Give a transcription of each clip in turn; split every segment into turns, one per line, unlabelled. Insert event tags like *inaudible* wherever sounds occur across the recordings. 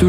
Du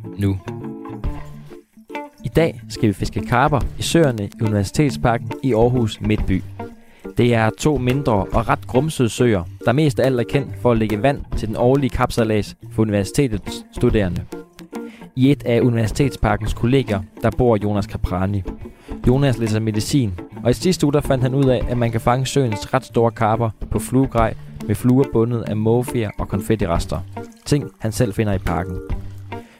nu.
I dag skal vi fiske karper i søerne i Universitetsparken i Aarhus Midtby. Det er to mindre og ret grumsede søer, der mest af alt er kendt for at lægge vand til den årlige kapsalas for universitetets studerende. I et af Universitetsparkens kolleger, der bor Jonas Caprani. Jonas læser medicin, og i sidste uge der fandt han ud af, at man kan fange søens ret store karper på fluegrej med fluer bundet af mågefjer og konfettirester. Ting, han selv finder i parken.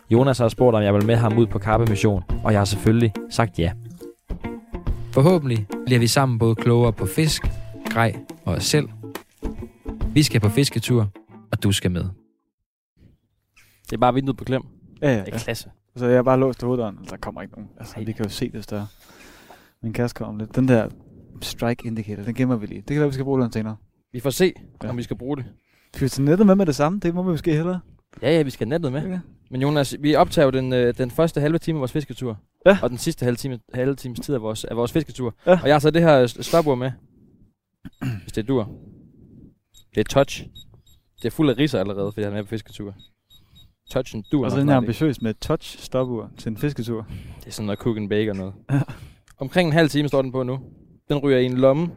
Jonas har spurgt, om jeg vil med ham ud på karpemission, og jeg har selvfølgelig sagt ja.
Forhåbentlig bliver vi sammen både klogere på fisk, grej og os selv. Vi skal på fisketur, og du skal med.
Det er bare vinduet på klem.
Ja, ja,
Det er
ja.
klasse.
Så jeg har bare låst hoveddøren. Der kommer ikke nogen. Altså,
Ej.
vi kan jo se det større. Min kasse kommer om lidt. Den der strike indicator, den gemmer vi lige. Det kan være, vi skal bruge den senere.
Vi får se,
Ja.
om vi skal bruge det.
Skal vi tage nettet med med det samme? Det må vi måske hellere.
Ja, ja, vi skal have nettet med.
Okay.
Men Jonas, vi optager jo den, øh, den første halve time af vores fisketur.
Ja.
Og den sidste halve, time, halve times tid af vores, af vores fisketur.
Ja.
Og jeg har så det her s- stopur med. Hvis det dur. Det er touch. Det er fuld af riser allerede, fordi han er med på fisketur. Touchen dur.
Og så
nok
den her
snart ikke.
ambitiøs med touch stopur til en fisketur.
Det er sådan noget cook and bake og noget.
Ja.
Omkring en halv time står den på nu. Den ryger i en lomme,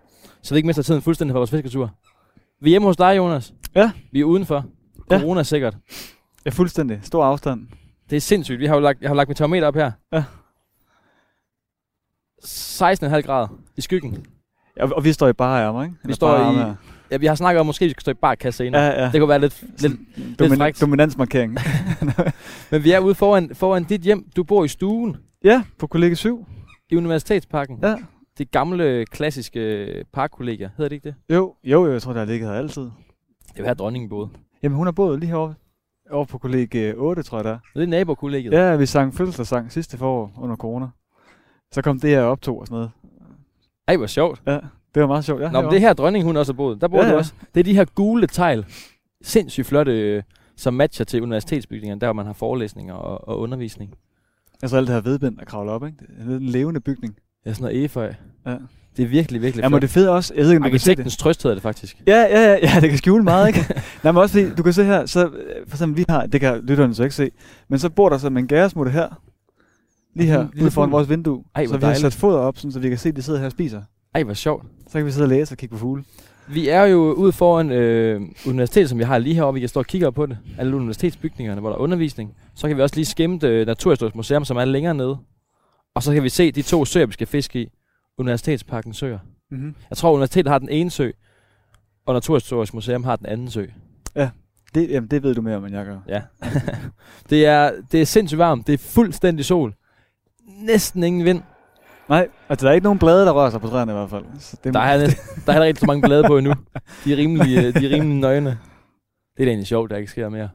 så vi ikke mister tiden fuldstændig fra vores fisketur. Vi er hjemme hos dig, Jonas.
Ja.
Vi er udenfor.
Ja.
Corona sikkert.
Ja, fuldstændig. Stor afstand.
Det er sindssygt. Vi har jo lagt, jeg har lagt mit termometer op her.
Ja.
16,5 grader i skyggen.
Ja, og vi står i bare ærmer, ikke? Eller
står
bare
i-
arme her.
Ja, vi har snakket om, at måske vi skal stå i barkasse senere.
Ja, ja.
Det kunne være lidt, lidt... frækt.
Domin- dominansmarkering.
Men vi er ude foran, foran dit hjem. Du bor i stuen
ja, på kollega 7.
i Universitetsparken.
Ja.
Det gamle, klassiske øh, parkkollegier. Hedder det ikke det?
Jo, jo, jo, jeg tror, der har ligget her altid.
Det er jo her, dronningen boede.
Jamen, hun har boet lige herovre. Over på kollega 8, tror jeg der.
Det er nabokollegiet.
Ja, vi sang fødselsdagssang sidste forår under corona. Så kom det her optog og sådan noget.
Ej, hvor sjovt.
Ja, det var meget sjovt. Ja,
Nå, men
herovre.
det her dronning, hun også har boet. Der bor
Ja,
ja, du
ja.
også. Det er de her gule tegl. Sindssygt flotte, øh, som matcher til universitetsbygningerne, der hvor man har forelæsninger og, og undervisning.
Altså alt det her vedbind, der kravler op, ikke? Det er en levende bygning.
Ja, sådan noget efeu.
Ja.
Det er virkelig, virkelig
Ja, men
flot.
det fede også, jeg ved ikke, om du kan se det.
Arkitektens trøst hedder det faktisk.
Ja, ja, ja, ja, det kan skjule
*laughs*
meget, ikke? Nej, men også fordi, du kan se her, så, øh, for eksempel vi har, det kan lytterne så ikke se, men så bor der sådan en gæresmutte her, lige her,
Lille
ude foran
fugl.
vores vindue.
Ej, hvor
så vi har
dejligt.
sat foder op, sådan, så vi kan se, at de sidder her og spiser.
Ej, hvor sjovt.
Så kan vi sidde og læse og kigge på fugle.
Vi er jo ude foran øh, universitetet, som vi har lige heroppe. Vi kan stå og kigge op på det. Alle universitetsbygningerne, hvor der er undervisning. Så kan vi også lige skimte øh, Naturhistorisk Museum, som er længere nede. Og så kan vi se de to søer, vi skal fiske i. Universitetsparken søer.
Mm-hmm.
Jeg tror, universitetet har den ene sø, og Naturhistorisk Museum har den anden sø.
Det, jamen, det ved du mere om, end jeg gør.
Ja. *laughs* det, er, det er sindssygt varmt. Det er fuldstændig sol. Næsten ingen vind.
Nej, altså der er ikke nogen blade, der rører sig på træerne i hvert fald. Så det,
Der er, næsten, der er heller ikke så mange blade på endnu. De er rimelig, øh, de er
*laughs*
rimelig nøgne. Det er da egentlig sjovt, der ikke sker mere.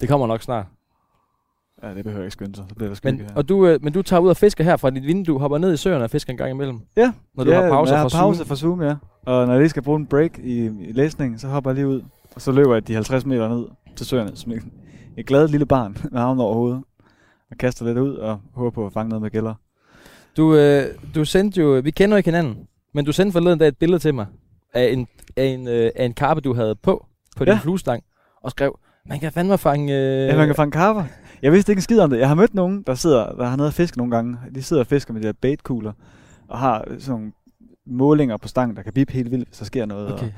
Det kommer nok snart.
Ja, det behøver ikke skynde sig. Så bliver der skygge
Men,
her.
og du, øh, men du tager ud og fisker her fra dit vindue, hopper ned i søerne og fisker en gang imellem.
Ja,
Når du
ja,
har pauser
når jeg
fra
har pause
Zoom.
fra Zoom, ja. Og når jeg lige skal bruge en break i, i læsningen, så hopper jeg lige ud. Og så løber jeg de 50 meter ned til søerne, som et, et glad lille barn *laughs* med armen over hovedet. Og kaster lidt ud og håber på at fange noget med gælder.
Du, øh, du sendte jo, vi kender jo ikke hinanden, men du sendte forleden dag et billede til mig af en, af en, øh, af en karpe, du havde på, på din
Ja.
fluestang, og skrev, man kan fandme fange... Øh,
Ja, man kan fange karper. Jeg vidste ikke en skid om det. Jeg har mødt nogen, der sidder, der har nede at fiske nogle gange. De sidder og fisker med de der baitkugler, og har sådan nogle målinger på stangen, der kan bip helt vildt, hvis der sker noget. Og,
Okay, ja.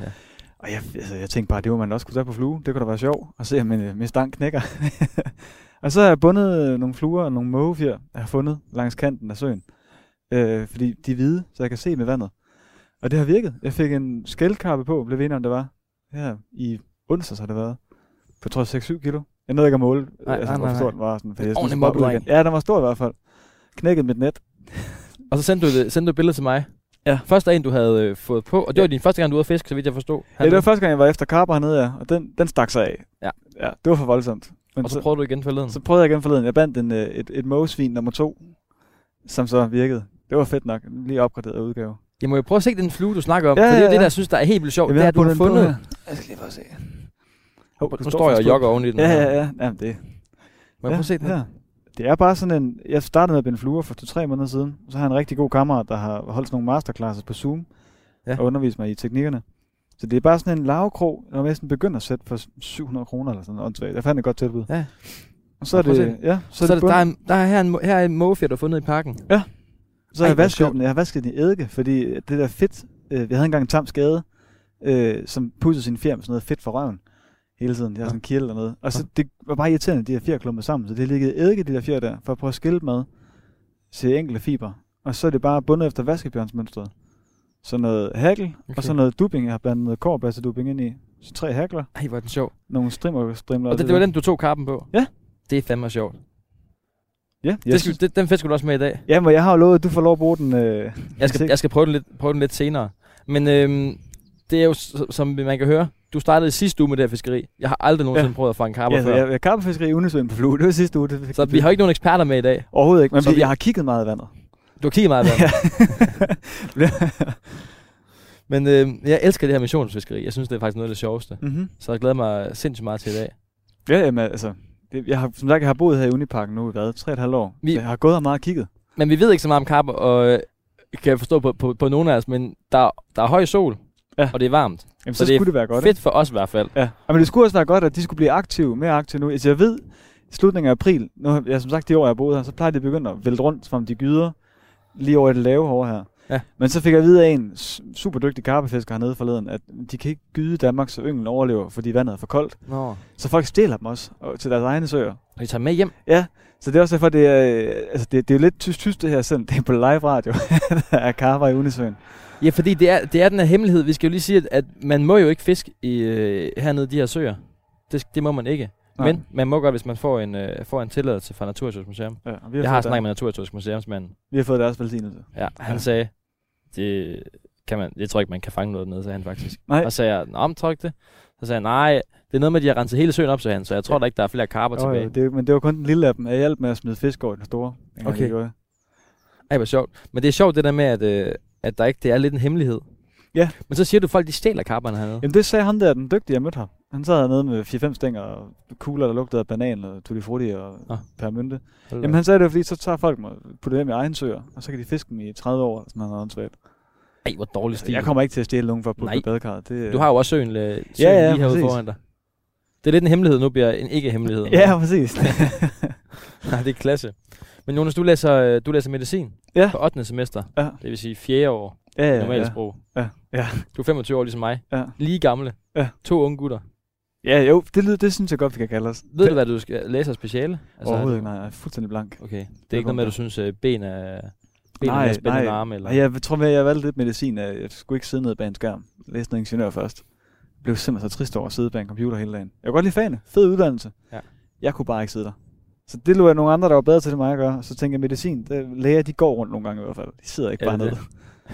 og jeg, altså, jeg tænkte bare, det må man også kunne tage på flue. Det kunne da være sjovt at se, om min, øh, min stang knækker. *laughs* og så har jeg bundet øh, nogle fluer og nogle mågefjer, jeg har fundet langs kanten af søen. Øh, fordi de er hvide, så jeg kan se med vandet. Og det har virket. Jeg fik en skældkarpe på, blev vi enige om det var. Ja, i onsdags har det været. På trods 6-7 kilo. Jeg nåede ikke at måle, øh, altså,
Nej, nej,
hvor
nej,
stor
nej.
den var. Sådan, fordi
Det er
jeg synes,
ordentlig
bare ud
mobbeleg.
igen. Ja, den var stor i hvert fald. Knækket mit net.
Og så sendte du, det, sendte du et billede til mig.
Ja.
Først af en, du havde øh, fået på, og det
Ja.
var din første gang, du var ude at fiske, så vidt jeg forstod.
Ja, det var første gang, jeg var efter karper hernede, ja, og den, den stak sig af.
Ja.
ja. Det var for voldsomt. Men
Og så
så,
prøver du igen forleden.
så prøvede jeg igen forleden. Jeg bandt en, øh, et, et mågesvin nummer to, som så virkede. Det var fedt nok. Lige opgraderet udgave.
Jeg må jo prøve at se den flue, du snakker om. Ja,
Ja,
for det er
ja,
jo det,
ja.
der jeg synes, der er helt vildt sjovt.
Jamen,
det
jeg
er,
har
at du har fundet...
puttet den på her. Jeg skal lige bare se.
Hov,
Hov,
nu
den
står jeg og
faktisk på.
jogger oven i den.
Ja,
her.
ja, ja. Jamen, det,
Må jeg prøve at se den?
Ja. Det er bare sådan en... Jeg startede med at binde fluer for 2-3 måneder siden. Så har jeg en rigtig god kammerat, der har holdt sådan nogle masterclasses på Zoom.
Ja.
Ja. Og undervist mig i teknikkerne. Så det er bare sådan en lavkrog, når man sådan begynder at sætte for 700 kroner eller sådan noget. åndssvagt. Jeg fandt et godt tilbud.
Ja.
Og så er
Prøv at se
det... Ja,
Så, så er det, der,
bunden.
er, en- der er her en, mo- her er en mågefer, du har fundet i parken.
Så har
Ej,
jeg
hvor
vasket
sjovt.
den. Jeg har vasket den i eddike, fordi det der fedt... Øh, vi havde engang en tam skade, øh, som pudsede sin fjer med sådan noget fedt for røven hele tiden. Jeg har sådan en kirtel og noget. Og så det var bare irriterende, de her fjer klumpet sammen. Så det liggede i eddike, de der fjer der, for at prøve at skille dem ad til enkelte fiber. Og så er det bare bundet efter vaskebjørnsmønstret. Så noget hakkel, okay. og så noget dubbing. Jeg har blandet noget kårbassedubing ind i. Så tre hakler,
Ej, hvor er den sjov.
nogle strimler, strimler
Og det, det var den, du tog kappen på?
Ja.
Det er fandme sjovt.
Ja, jeg
Det
synes,
skal, det, den fisker du også med i dag.
ja, men jeg har jo lovet, at du får lov at bruge den. Øh,
Jeg skal,
Sikkert.
jeg skal prøve, den lidt, prøve den lidt senere. Men øhm, det er jo, s- som man kan høre, du startede i sidste uge med det her fiskeri. Jeg har aldrig nogensinde ja. prøvet at fange karper
ja,
ja,
så
før.
jeg, jeg karpefiskeri i Unisøen på flue. Det var sidste uge. Det,
Så vi har jo ikke nogen eksperter med i dag.
Overhovedet ikke, men
Så
fordi
vi-
jeg har kigget meget i vandet.
Du har kigget meget *laughs* på *laughs* Men øhm, jeg elsker det her missionsfiskeri. Jeg synes, det er faktisk noget af det sjoveste.
mm-hmm.
Så jeg glæder mig sindssygt meget til i dag.
Ja, jamen, altså, det, jeg har, som sagt, jeg har boet her i Uniparken nu i hvad, tre og et halvt år.
Vi-
Vi... Jeg har gået her meget og kigget.
Men vi ved ikke så meget om karper, og øh, kan jeg forstå på, på, på nogen af os, men der, der er høj sol, ja.
Ja.
og det er varmt.
Jamen, så,
Så
så
det er
det skulle det være godt.
Fedt for os i hvert fald.
ikke? Ja. Jamen, det skulle også være godt, at de skulle blive aktive, mere aktive nu. Altså, jeg ved, i slutningen af april, nu, har- ja, som sagt, de år, jeg har boet her, så plejer de at begynde at vælte rundt, som om de gyder lige over det lave over her.
Ja.
Men så fik jeg at vide af en su- super dygtig karpefisker hernede forleden, at de kan ikke gyde i Danmark, så ynglen overlever, fordi vandet er for koldt.
Nå.
Så folk stjæler dem også og, til deres egne søer.
Og vi tager med hjem.
Så det er også derfor, det er, øh, altså det, det er jo lidt tysk-tysk det her, selvom det er på live radio, *laughs* der er karper i Unisøen.
Ja, fordi det er, det er den her hemmelighed. Vi skal jo lige sige, at, at man må jo ikke fiske i, øh, hernede i de her søer. Det, det må man ikke. Nej. Men man må godt, hvis man får en, øh, får en tilladelse fra Naturhistorisk Museum.
ja, og vi
Jeg har
fået
snakket
der,
med Naturhistorisk Museumsmanden.
Vi har fået deres velsignelse.
Ja, han
Ja.
sagde, det kan man, jeg tror ikke, man kan fange noget dernede, sagde han faktisk.
Nej.
Og så sagde jeg, nå, men tror du ikke det? Så sagde han, nej, det er noget med, at de har renset hele søen op, sagde han, så jeg tror da ikke, der er flere karper
Jo, jo,
tilbage.
det, men det var kun den lille af dem. Jeg hjalp med at smide fisk over i den store. dengang
Okay.
jeg gjorde det.
Ej, hvor sjovt. Men det er sjovt det der med, at, øh, at der ikke, det er lidt en hemmelighed.
Ja.
Men så siger du, at folk de stjæler karperne hernede.
Jamen det sagde han der, den dygtige, jeg mødte ham. Han sad hernede med 4-5 stænger og kugler, der lugtede af banan og tutti frutti og
Nå.
ah. permynte.
Hold da
Jamen
op.
han sagde det, var, fordi så tager folk mig putter dem i egen søer, og så kan de fiske dem i 30 år. eller Sådan noget åndssvagt.
Ej, hvor dårlig stil.
Jeg kommer ikke til at stjæle nogen for at putte
Nej.
dem i badekarret. Det,
Du har jo også søen, øh, søen
Ja, ja,
lige herude
præcis.
foran dig. Det er lidt en hemmelighed, nu bliver en ikke-hemmelighed. *laughs*
Ja, præcis.
Nej, det er klasse. Men Jonas, du læser, øh, du læser medicin
Ja.
på 8. semester.
Ja.
Det vil sige 4. år,
ja, ja,
normalt
ja.
sprog.
Ja, ja.
Du er 25 år ligesom mig.
Ja.
Lige gamle.
Ja.
To unge gutter.
Ja, jo, det, lyder, det synes jeg godt, vi kan kalde os.
Ved du, hvad du skal læse af speciale?
Altså, Overhovedet ikke, nej, jeg er fuldstændig blank.
Okay, det er ikke noget med, at du synes, øh, ben er, ben er
Nej,
mere spændende end
nej.
arme? Eller?
Nej, jeg tror, at jeg valgte lidt medicin. at Jeg skulle ikke sidde ned bag en skærm. Jeg læste noget ingeniør først. Jeg blev simpelthen så trist over at sidde bag en computer hele dagen. Jeg kunne godt lide fagene. Fed uddannelse.
Ja.
Jeg kunne bare ikke sidde der. Så det lå jeg nogle andre, der var bedre til det, end mig at gøre. Så tænkte jeg, medicin, det, læger, de går rundt nogle gange i hvert fald. De sidder ikke
Ja,
bare
det er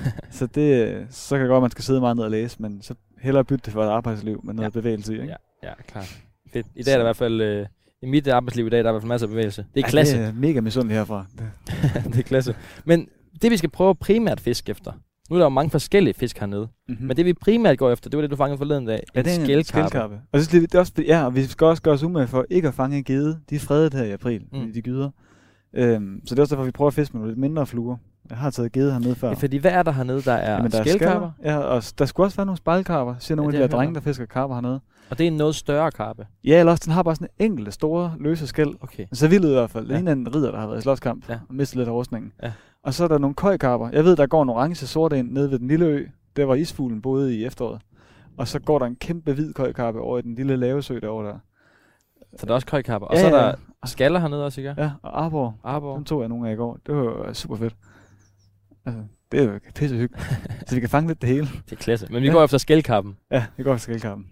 ned. *laughs* så det, så kan det godt, at man skal sidde meget ned og læse, men så hellere bytte det for et arbejdsliv med noget ja. bevægelse i. Ikke?
Ja, ja, klart. Fedt. I dag er der i hvert fald... Øh, I mit arbejdsliv i dag, der er i hvert fald masser af bevægelse. Det er
Ej,
klasse.
Det er mega misundeligt herfra. Det-
*laughs* det er klasse. Men det, vi skal prøve at primært fiske efter. Nu er der jo mange forskellige fisk hernede. Mm.
Mhm.
Men det, vi primært går efter, det var det, du fangede forleden dag.
Ja,
en
det er en
skældkarpe.
skældkarpe. Og, så skal vi, det er også, ja, og vi skal også gøre os umage for ikke at fange en gede. De er fredet her i april,
Mm.
mm. de gyder. Øhm, så det er også derfor, vi prøver at fiske med nogle lidt mindre fluer. Jeg har taget gede hernede før.
Ja, fordi hvad er der hernede, der er
Jamen, der er
skældkarper?
skaller. Ja, og s- der skulle også være nogle spejlkarper, siger nogle
det
af
har
de
jeg
der
hørt
drenge, der fisker karper hernede.
Og det er en noget større karpe.
Ja, eller også, den har bare sådan enkelte store, løse skæld.
Okay.
Men Så vild ud i hvert fald.
Ja.
Ja. Ligner en ridder, der har været i slåskamp
Ja.
ja. og mistet lidt af rustningen.
Ja.
Og så er der nogle køjkarper. Jeg ved, der går en orange sort ind nede ved den lille ø, der hvor isfuglen boede i efteråret. Og så går der en kæmpe hvid køjkarpe over i den lille lavesø derovre der.
Så der er også køjkarper. Og
Ja,
så er
ja,
der skaller hernede også, ikke? Ja.
Ja, og arbor.
Arbor.
Dem tog jeg nogle af i går. Det var jo øh, super fedt. Altså, det er jo
*laughs*
pisse hyggeligt. så vi kan fange lidt det hele.
Det er klasse. Men vi
Ja.
går efter skældkarpen.
Ja, vi går efter skældkappen.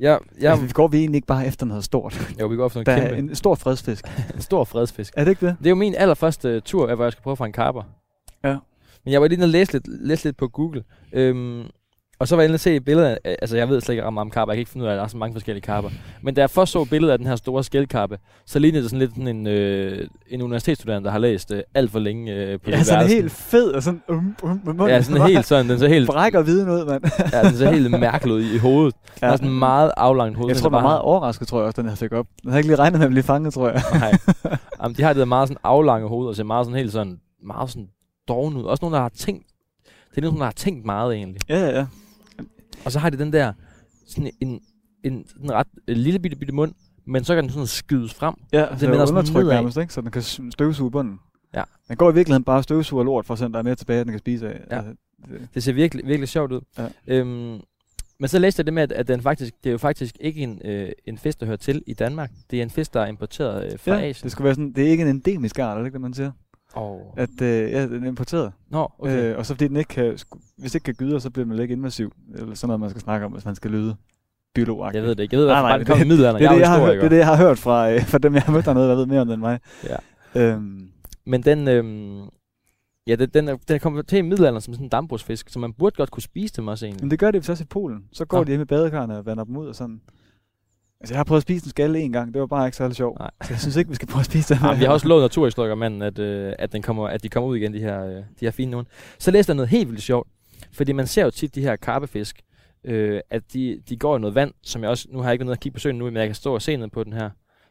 Ja,
Ja.
ja.
Altså, vi går vi egentlig ikke bare efter noget stort.
*laughs* Jo, vi går efter en
Der er
kæmpe,
en stor fredsfisk.
en *laughs* stor fredsfisk.
Er det ikke det?
Det er jo min allerførste øh, tur, hvor jeg skal prøve at fange karper.
Ja.
Men jeg var lige nede og læse lidt, læse lidt på Google. Øhm, Og så var jeg inde og se et billede af, altså jeg ved slet ikke om om karper, jeg kan ikke finde ud af, at der er så mange forskellige karper. Men da jeg først så et billede af den her store skældkappe, så lignede det sådan lidt sådan en, øh, en universitetsstuderende, der har læst øh, alt for længe øh, på
Ja, sådan helt fed og sådan... Um, um, med munden,
Ja,
*laughs*
sådan helt sådan, den så helt,
Brækker viden ud, mand.
ja, den så helt mærkelig ud i, i hovedet. Den har
Ja.
sådan en meget aflangt hoved.
Jeg
men
tror,
der
man er
bare-
meget overrasket, tror jeg også, den her fik op. Jeg havde ikke lige regnet med at blive
*laughs*
fanget, tror jeg.
Nej. Jamen, de har det der meget sådan aflange hoved, og ser meget sådan helt sådan, meget sådan doven ud. Også nogen, der har tænkt, det er nogen, der har tænkt meget egentlig.
Ja, ja, ja.
Og så har de den der, sådan en, en, sådan en ret øh, lille bitte, bitte mund, men så kan den sådan skydes frem.
Ja, det, det
vender
er
sådan
undertryk
nedad.
nærmest, ikke? Så den kan s- støvsuge bunden.
Ja.
Den går i virkeligheden bare og støvsuger lort, for at sende der er mere tilbage, end den kan spise af.
Ja.
Altså, det-
Det ser virkelig, virkelig sjovt ud.
Ja.
Øhm, men så læste jeg det med, at, at den faktisk, det er jo faktisk ikke en, øh, en fisk, der hører til i Danmark. Det er en fisk, der er importeret øh, fra
Ja,
Asien.
det skulle være sådan, det er ikke en endemisk art, er det ikke det, man siger?
Og,
At øh, ja, den er importeret.
Nå, okay.
Okay. Øh, og så fordi den ikke kan, sku- hvis ikke kan gyde, så bliver man ikke invasiv. Eller sådan noget, man skal snakke om, hvis man skal lyde biolog
jeg ved det ikke. Jeg ved,
Nej,
at
nej,
den
det-
kom i middelalderen.
Det er,
jeg
det,
jo
jeg har hørt,
historiker.
det er det, jeg har hørt fra, øh, *laughs* fra dem, jeg har mødt dernede, der ved mere om det end mig.
Ja.
Øhm,
Men den, øhm, ja, den, den, er, den er kommet til i middelalderen som sådan en dambrugsfisk, så man burde godt kunne spise dem også egentlig.
men det gør det også i Polen. Så går
Nå.
Nå. de hjemme i badekarne og vander dem ud og sådan. Altså, jeg har prøvet at spise en skalle en gang. Det var bare ikke særlig sjovt.
Nej.
Så jeg synes ikke, vi skal prøve at spise den.
Jamen, jeg har også lovet naturhistorikermanden, at, øh, at, den kommer, at de kommer ud igen, de her, øh, de her fine nogen. Så læste jeg noget helt vildt sjovt, fordi man ser jo tit de her karpefisk, øh, at de, de går i noget vand, som jeg også, nu har jeg ikke været nede og kigge på søen nu, men jeg kan stå og se ned på den her,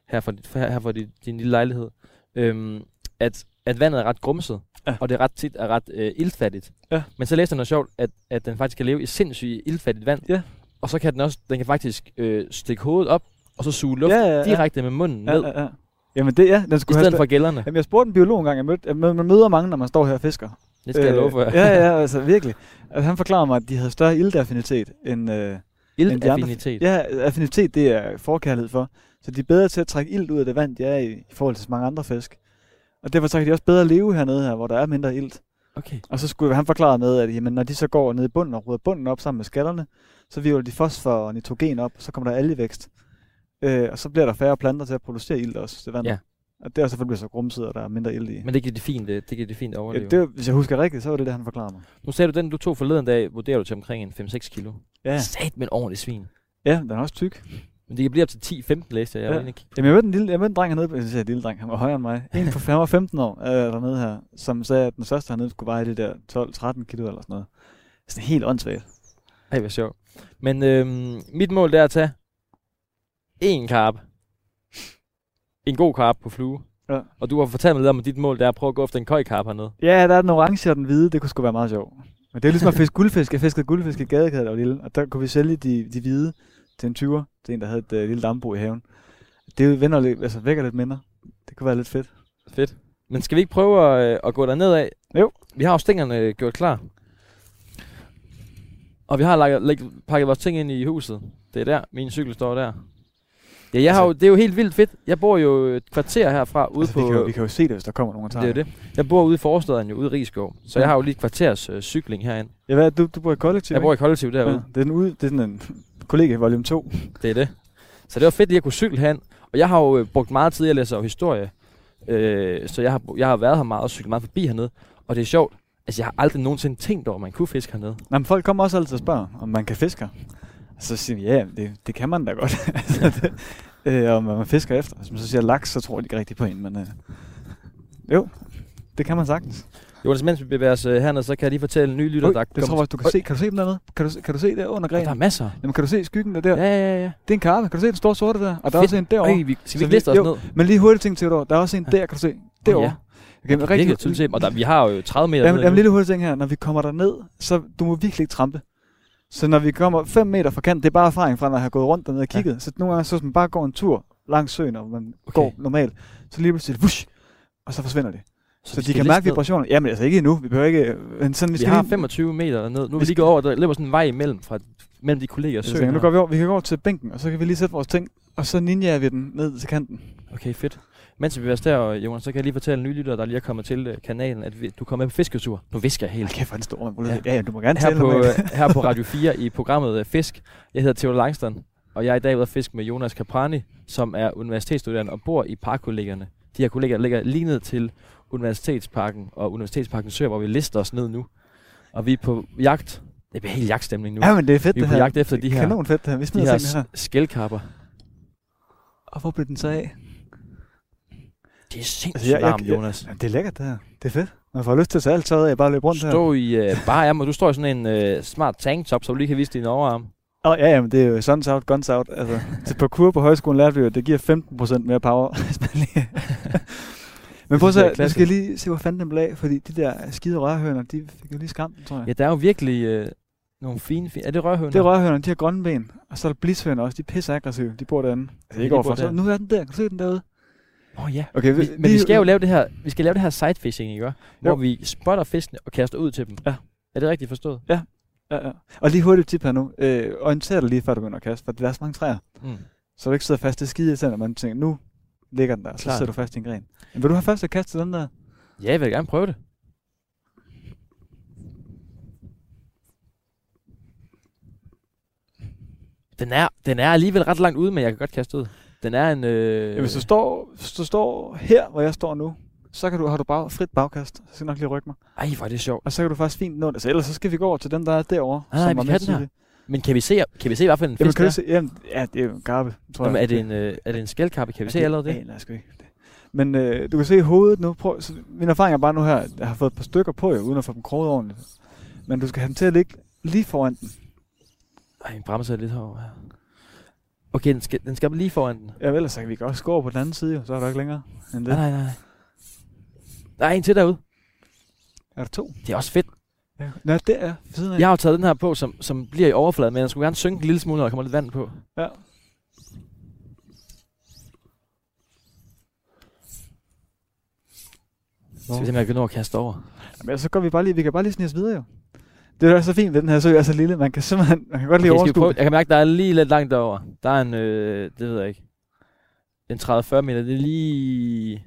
her fra, dit- her, her fra din, din lille lejlighed, øhm, at, at vandet er ret grumset,
Ja.
og det er ret tit er ret øh, ildfattigt.
Ja.
Men så læste jeg noget sjovt, at, at den faktisk kan leve i sindssygt ildfattigt vand,
Ja.
og så kan den også, den kan faktisk øh, stikke hovedet op, og så suge luft
Ja, ja, ja.
direkte med munden
Ja,
ned,
ja, ja. Jamen det, ja, den
i
skulle have...
stedet for gælderne.
Jamen, jeg spurgte en biolog engang, jeg mødte, jeg mød- man møder mange, når man står her og fisker.
Det skal øh, jeg love for.
ja, ja, altså virkelig. Altså, han forklarede mig, at de havde større ildeffinitet end... Øh, end de andre-
Ildaffinitet.
ja, affinitet, det er forkærlighed for. Så de er bedre til at trække ilt ud af det vand, de er i, i forhold til så mange andre fisk. Og derfor så kan de også bedre leve hernede her, hvor der er mindre ilt.
Okay.
Og så skulle han forklare med, at jamen, når de så går ned i bunden og ruder bunden op sammen med skallerne, så virvler de fosfor og nitrogen op, og så kommer der algevækst. Øh, og så bliver der færre planter til at producere ilt også til vandet.
Ja. Og
Og det er selvfølgelig så grumset, og der er mindre ild i.
Men det kan det fint, øh, det kan det fint
Ja,
overleve.
det, var- hvis jeg husker rigtigt, så var det det, han forklarede mig.
Nu sagde du, den du tog forleden dag, vurderer du til omkring en 5-6 kilo.
Ja,
Sat med en ordentlig svin.
ja den er også tyk.
Men det kan blive op til 10-15, læste jeg. jeg.
Ja.
var inde og kigge på.
Jamen, jeg mødte en, lille, jeg mødte en dreng hernede, på- jeg siger en lille dreng, han var højere end mig. En på han var 15 år øh, dernede her, som sagde, at den største hernede skulle veje det der 12-13 kilo eller sådan noget. Sådan helt åndssvagt.
Ej, hvor sjovt. Men øhm, mit mål det er at tage en karp. En god karp på flue.
Ja.
Og du har fortalt mig lidt om, at dit mål det er at prøve at gå efter en køj karp hernede.
Ja, der er den orange og den hvide, det kunne sgu være meget sjovt. Men det er jo ligesom at fiske guldfisk. Jeg fiskede guldfisk i gadekædet, og lille, og der kunne vi sælge de, de hvide til en 20'er, til en, der havde et øh, lille dambrug i haven. Det vender, lidt- altså, vækker lidt minder. Det kunne være lidt fedt.
Fedt. Men skal vi ikke prøve at, øh, at gå derned af?
Jo.
Vi har jo stængerne øh, gjort klar. Og vi har lagt, lagt, pakket vores ting ind i huset. Det er der. Min cykel står der. Ja, jeg har jo, det er jo helt vildt fedt. Jeg bor jo et kvarter herfra ude
Altså,
på...
vi, kan jo, vi kan jo se det, hvis der kommer nogen og
det
tager
er jo det. Jeg bor ude i forstaden, jo ude i Rigskov. Så jeg
Ja.
har jo lige et kvarters øh, cykling herind.
Ja, hvad, er det, du, du bor i kollektiv,
Jeg bor i kollektiv
ikke?
derude.
ja, det er den ude, det er sådan en kollega i volume 2.
Det er det. Så det var fedt lige at kunne cykle hen. Og jeg har jo øh, brugt meget tid, jeg læser jo historie. Øh, så jeg har, jeg har været her meget og cyklet meget forbi hernede. Og det er sjovt. Altså, jeg har aldrig nogensinde tænkt over, at man kunne fiske hernede.
Nå, men folk kommer også altid og spørger, om man kan fiske her. Og så siger vi, ja, det, det kan man da godt. *laughs* altså, det, øh, og man, man fisker efter. Hvis man så siger laks, så tror de ikke rigtigt på en. Men øh, jo, det kan man sagtens.
Jonas, mens vi bevæger os øh, hernede, så kan jeg lige fortælle en ny lytter,
Øj,
der
jeg tror
kommer-
faktisk, du kan
Øj,
se. Kan du se dem dernede? Kan du, se- kan du se der under
Der er
grenen?
masser.
Jamen, kan du se skyggen der? der?
Ja,
Ja.
ja, ja. ja.
Det er en karpe. Kan du se den store sorte der? Og der er
Fedt.
også en derovre.
Øj, vi, skal vi
Så
ikke liste
vi-
os
jo,
ned?
Men lige hurtigt ting til dig. Der er også en der, kan du se. Derovre.
ja.
Okay, men
Det er
rigtig,
virkelig tydeligt til dem. Og der, vi har jo 30 meter
Jamen,
ned
jamen,
endnu.
lille hurtig ting her. Når vi kommer derned, så du må virkelig ikke trampe. Så når vi kommer 5 meter fra kanten, det er bare erfaring fra, når jeg har gået rundt dernede og
Ja.
kigget. Så nogle gange, så hvis man bare går en tur langs søen, og man
Okay.
okay. går normalt, så lige pludselig, vush, og så forsvinder det. Så, så
vi
de
skal
kan
liste
mærke
ned.
vibrationer. Jamen altså ikke endnu, vi behøver ikke... øh, Men sådan, vi,
Vi
skal
har
lige-
25 meter ned. Nu er vi
Vi
lige
skal-
gået over, der løber sådan en vej imellem fra, mellem de kolleger og
Jeg tænker,
søen.
nu
her.
går vi over, vi kan gå over til bænken, og så kan vi lige sætte vores ting, og så ninjaer vi den ned til kanten.
Okay, fedt. Mens vi er der, og Jonas, så kan jeg lige fortælle nylyttere, der lige er kommet til øh, kanalen, at vi, du kommer med på fisketur. Nu visker jeg
Hold
helt.
kæft, hvor er den stor, man.
Ja.
Ja. ja, ja, du må gerne
Her
tale
på,
normalt.
øh, her på Radio 4 i programmet øh, Fisk. Jeg hedder Theodor Langstrand, og jeg er i dag ude at fiske med Jonas Caprani, som er universitetsstuderende og bor i parkkollegerne. De her kolleger ligger lige ned til Universitetsparken og Universitetsparken Søer, hvor vi lister os ned nu. Og vi er på jagt Det bliver helt jagtstemning nu.
Ja, men det er fedt,
Vi er
det
på
her.
jagt efter de her,
Kanon fedt, det her. Vi
de
smider
her
tingene her.
s- skældkapper.
Og hvor blev den så af?
Det er sindssygt
Altså, jeg- jeg-
varmt,
jeg-
Jonas.
Jamen, det er lækkert, det her. Det er fedt. Man får lyst til at tage alt tøjet, jeg bare løber rundt her.
Stå i øh, bare ærmer. Du står i sådan en øh, smart tanktop, så du lige kan vise din overarm.
Åh, ja, jamen, det er jo suns out, guns out.
*laughs*
Altså, til parkour på højskolen lærte vi jo, at det giver 15% mere power. *laughs* hvis man
*laughs*
lige- Men prøv
Det er
så, du
klasse.
skal lige se, hvor fanden den blev af, fordi de der skide rørhøner, de fik jo lige skam, tror jeg.
Ja, der er jo virkelig øh, nogle fine, fine... Er det rørhøner?
Det er rørhøner, de har grønne ben, og så er der blishøner også, de er pisse aggressive, de bor derinde. Altså,
de
ikke overfor,
bor
så
derinde.
nu er den der, kan du se den derude?
Åh oh, ja.
Okay,
Vi, men vi skal jo lave det her, vi skal lave det her sidefishing, ikke? hva'? Hvor
Jo.
vi spotter fiskene og kaster ud til dem.
Ja.
Er det rigtigt forstået?
Ja, ja. Og lige hurtigt tip her nu, øh, orienter dig lige før du begynder at kaste, for der er så mange træer,
Mm.
så du ikke sidder fast, det er skide irriterende, man tænker, nu ligger den der, så
Klart.
sidder du fast i en gren. Men vil du have først at kaste til den der?
Ja, jeg vil gerne prøve det. Den er, den er alligevel ret langt ude, men jeg kan godt kaste ud. Den er en... Øh,
Ja, hvis du står, hvis du står her, hvor jeg står nu, så kan du, har du bare frit bagkast. Så skal jeg nok lige rykke mig.
Ej, hvor er det sjovt.
Og så kan du faktisk fint nå det. Altså, ellers så skal vi gå over til dem, der er derovre.
Nej, nej, Ah, vi
var
kan
med
den
til
her.
det.
Men kan vi se, kan vi se hvad for en
Jamen,
fisk
kan
det
du
er?
se? Jamen, ja, det er jo en garbe, tror
Jamen,
jeg.
er det en, øh, er det en skældkappe? Kan vi se allerede det?
Ja, nej, sgu ikke. Men øh, du kan se hovedet nu. Prøv, så, min erfaring er bare nu her, at jeg har fået et par stykker på jo, uden at få dem kroget ordentligt. Men du skal have dem til at ligge lige foran den.
Ej, min bremser er lidt herovre her. Okay, den skal, den skal op lige foran den.
Ja, ellers så kan vi godt score på den anden side, jo. så er der ikke længere end det.
Nej, nej, nej. Der er en til derude.
Er der to?
Det er også fedt.
Ja. Nå, det er ved siden af.
Jeg har jo taget den her på, som, som bliver i overfladen, men jeg skulle gerne synke en lille smule, når der kommer lidt vand på.
Ja.
Så vi simpelthen kan nå at kaste over.
Jamen, ellers så går vi bare lige, vi kan bare lige snige os videre jo. Det er jo så fint ved den her sø, er så lille. Man kan simpelthen, man kan godt lige
Okay, skal vi
overskue.
prøve?
det.
Jeg kan mærke, der er lige lidt langt derover. Der er en, øh, det ved jeg ikke, en 30-40 meter. Det er lige...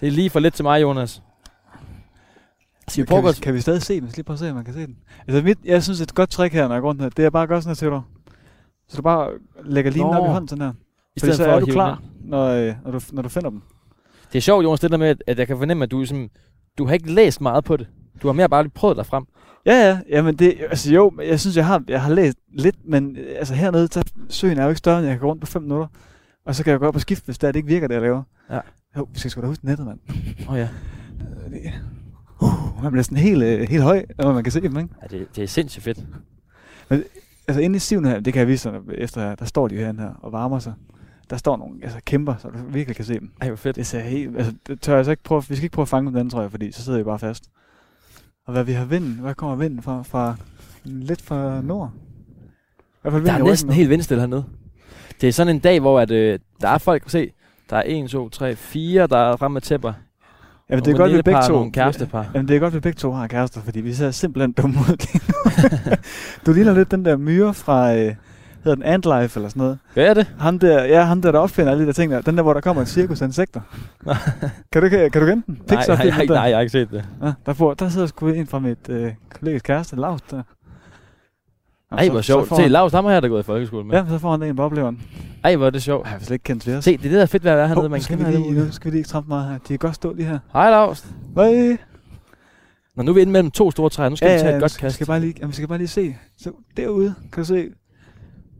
Det er lige for lidt til mig, Jonas. Så vi
Men kan,
prøver
vi,
godt...
kan vi stadig se den? Så lige prøve at se, om man kan se den. Altså, mit, jeg synes, et godt trick her, når jeg går rundt her, det er bare at gøre sådan her til dig. Så du bare lægger linen
Nå.
op i hånden sådan her.
I
Fordi
stedet
så
for
er
at
du
hive
klar,
den
når, øh, når, du, når du finder dem.
ind. Det er sjovt, Jonas, det der med, at- at jeg kan fornemme, at du, er sådan, du har ikke læst meget på det. Du har mere bare lige prøvet dig frem.
Ja, ja. Jamen det, altså jo, men jeg synes, jeg har, jeg har læst lidt, men øh, altså hernede, der, søen er jo ikke større, end jeg kan gå rundt på 5 minutter. Og så kan jeg gå op og skifte, hvis det, er, det ikke virker, det jeg laver.
Ja.
Jo, vi skal sgu da huske nettet, mand.
Åh oh, ja.
Øh, det- Uh, man bliver sådan helt, øh, helt høj, når man kan se dem, ikke?
ja det, det er sindssygt fedt.
Altså inde i stiven her, det kan jeg vise dig efter her, der står de jo herinde her og varmer sig. Der står nogle altså, kæmper, så du virkelig kan se dem.
Ej, hvor fedt.
Det ser helt, altså det tør jeg så ikke prøve, vi skal ikke prøve at fange dem den, tror jeg, fordi så sidder vi bare fast. Og hvad vi har vinden, hvad kommer vinden fra? fra lidt fra nord? I hvert fald
Der
vinden i
er
ryggen
næsten
nu.
helt vindstille hernede. Det er sådan en dag, hvor at, øh, der er folk, se, der er 1, 2, 3, 4, der er frem med tæpper.
Jamen det er
Nogle
godt, vi begge
venindepar og
to...
Nogle kærestepar.
Jamen det er godt, vi begge to har kærester, fordi vi ser simpelthen dumme ud lige nu. *laughs* du ligner lidt den der myre fra... Øh, hedder den Antlife eller sådan noget.
Hvad er det?
Ham der, ja, ham der, der opfinder alle de der ting der. Den der, hvor der kommer et cirkus
*laughs*
af insekter. kan, du, kan, kan du kende den?
Nej, nej, nej,
Pixar-filmen der.
nej, jeg har ikke set det.
Ja, der, bor, der sidder sgu en fra mit øh, kollegas kæreste, Lars, der. Og
Ej,
så-
hvor
så
sjovt.
får
Se,
han-
Lars, ham her, der er gået i folkeskole med.
Ja, så får han en på opleveren.
Ej, hvor er det sjovt.
Ej, jeg vil slet ikke kendt flere.
Se, det er det, der er fedt ved at være hernede,
Hov,
man
nu skal
kender
vi
alle
lige, nu
mulige.
skal vi lige ikke trampe meget her. De kan godt stå lige her.
Hej, Lars.
Nej,
Nå, nu er vi inde mellem to store træer. Nu skal vi tage et godt
vi
kast.
skal bare lige, jamen, vi skal bare lige se. Så derude, kan du se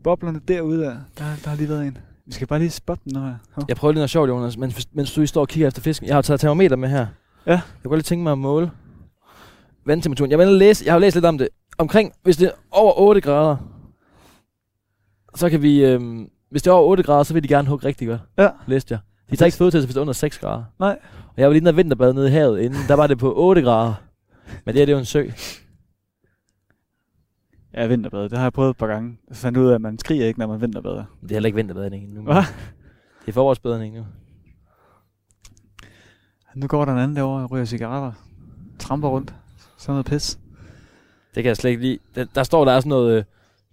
boblerne derude der. Der, der har lige været en. Vi skal bare lige spotte den nu her. Hov.
Jeg prøver lige noget sjovt, Jonas, mens, mens du lige står og kigger efter fisken. Jeg har jo taget termometer med her.
Ja.
Jeg kunne godt lige tænke mig at måle vandtemperaturen. Jeg, vil læse, jeg har jo læst lidt om det. Omkring, hvis det er over 8 grader, så kan vi... Øhm, hvis det er over 8 grader, så vil de gerne hugge rigtig godt,
Ja.
læste jeg. De tager ikke fødetest, hvis det er under 6 grader.
Nej.
Og jeg var lige nede og vinterbade nede i havet inden. Der var det på 8 grader. Men det her, det er jo en sø.
Ja, vinterbade. Det har jeg prøvet et par gange. Jeg fandt ud af, at man skriger ikke, når man vinterbader.
Det er heller ikke vinterbadning endnu. men
Hva?
Det er forårsbadning nu.
Nu går der en anden derovre og ryger cigaretter. Tramper rundt. Sådan noget pis.
Det kan jeg slet ikke lide. Der, der står, der er sådan noget øh,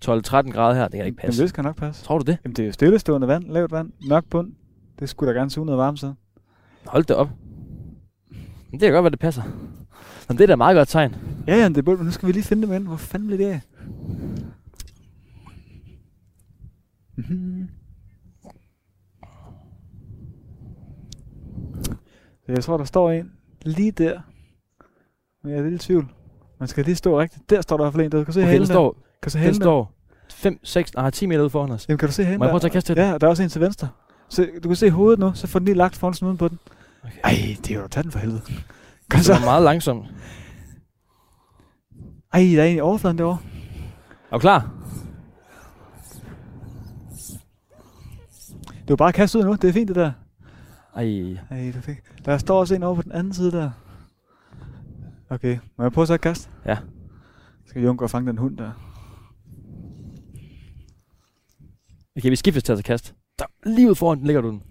12-13 grader her. Det kan ikke
Jamen,
passe.
det skal nok passe.
Tror du det?
Jamen, det er jo stillestående vand, lavt vand, mørk bund. Det skulle da gerne suge noget varme så.
Hold da op. Men det kan godt være, det passer. Men det er da et meget godt tegn.
Ja, ja, men det er bund, men nu skal vi lige finde dem ind. Hvor fanden blev det af? Mhm. Jeg tror, der står en lige der. Men jeg er lidt i tvivl. Man skal lige stå rigtigt. Der står der i hvert fald en derude. Kan du se
Okay, den
halen der?
står,
Kan du se
den
halen der?
står 5, 6, nej, 10 meter ude foran os.
Jamen, kan du se halen
Må jeg prøve
der?
at tage kast til den?
Ja, og der er også en til venstre. Så du kan se hovedet nu, så får den lige lagt foran snuden på den.
Okay.
Ej, det er jo tag den for helvede. Kom
Det
så.
var meget langsomt.
Ej, der er en i overfladen derovre.
Er du klar?
Det var bare at kaste ud nu. Det er fint, det der.
Ej,
Ej, du fik. Der står også en over på den anden side der. Okay, må jeg prøve så at kaste?
Ja.
Skal Junker fange den hund der?
Okay, vi skiftes til at tage kast. Der, lige ud foran den ligger du den.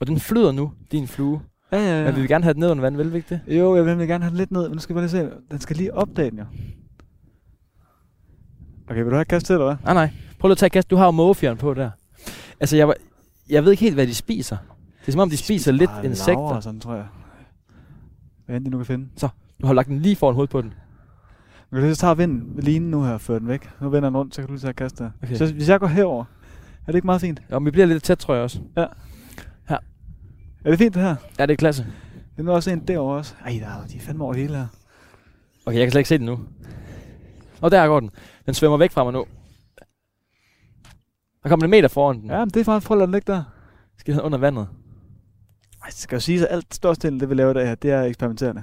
Og den flyder nu, din flue.
Ja, ja,
Ja.
ja.
Men vi vil gerne have den ned under vand, vil vi ikke det?
Jo, jeg vil nemlig gerne have den lidt ned, men nu skal vi bare lige se. Den skal lige opdage den jo. Okay, vil du have et kast til, eller hvad?
Nej, ah, nej. Prøv lige at tage et kast. Du har jo mågefjern på der. Altså, jeg, var, jeg ved ikke helt, hvad de spiser. Det er som om, de spiser, lidt
Bare larver
insekter.
og sådan, tror jeg. Hvad end de nu kan finde.
Du har lagt den lige foran hovedet på den.
Men hvis jeg tager vinden linen nu her og fører den væk. Nu vender den rundt, så kan du lige tage et kast der.
Okay.
Okay. Så hvis jeg går herover, er det ikke meget fint?
Ja, men vi bliver lidt tæt, tror jeg også.
Er det fint det her?
Ja, det er klasse.
Det er nu også en derovre også. Ej, der er, de er fandme over det hele her.
Okay, jeg kan slet ikke se den nu. Og der går den. Den svømmer væk fra mig nu. Der kommer en meter foran den.
Ja, men det er faktisk prøv at lade den ligge der.
Skal den under vandet.
Ej, det skal jo sige, at alt størstedelen af det, vi laver i dag her, det er eksperimenterende.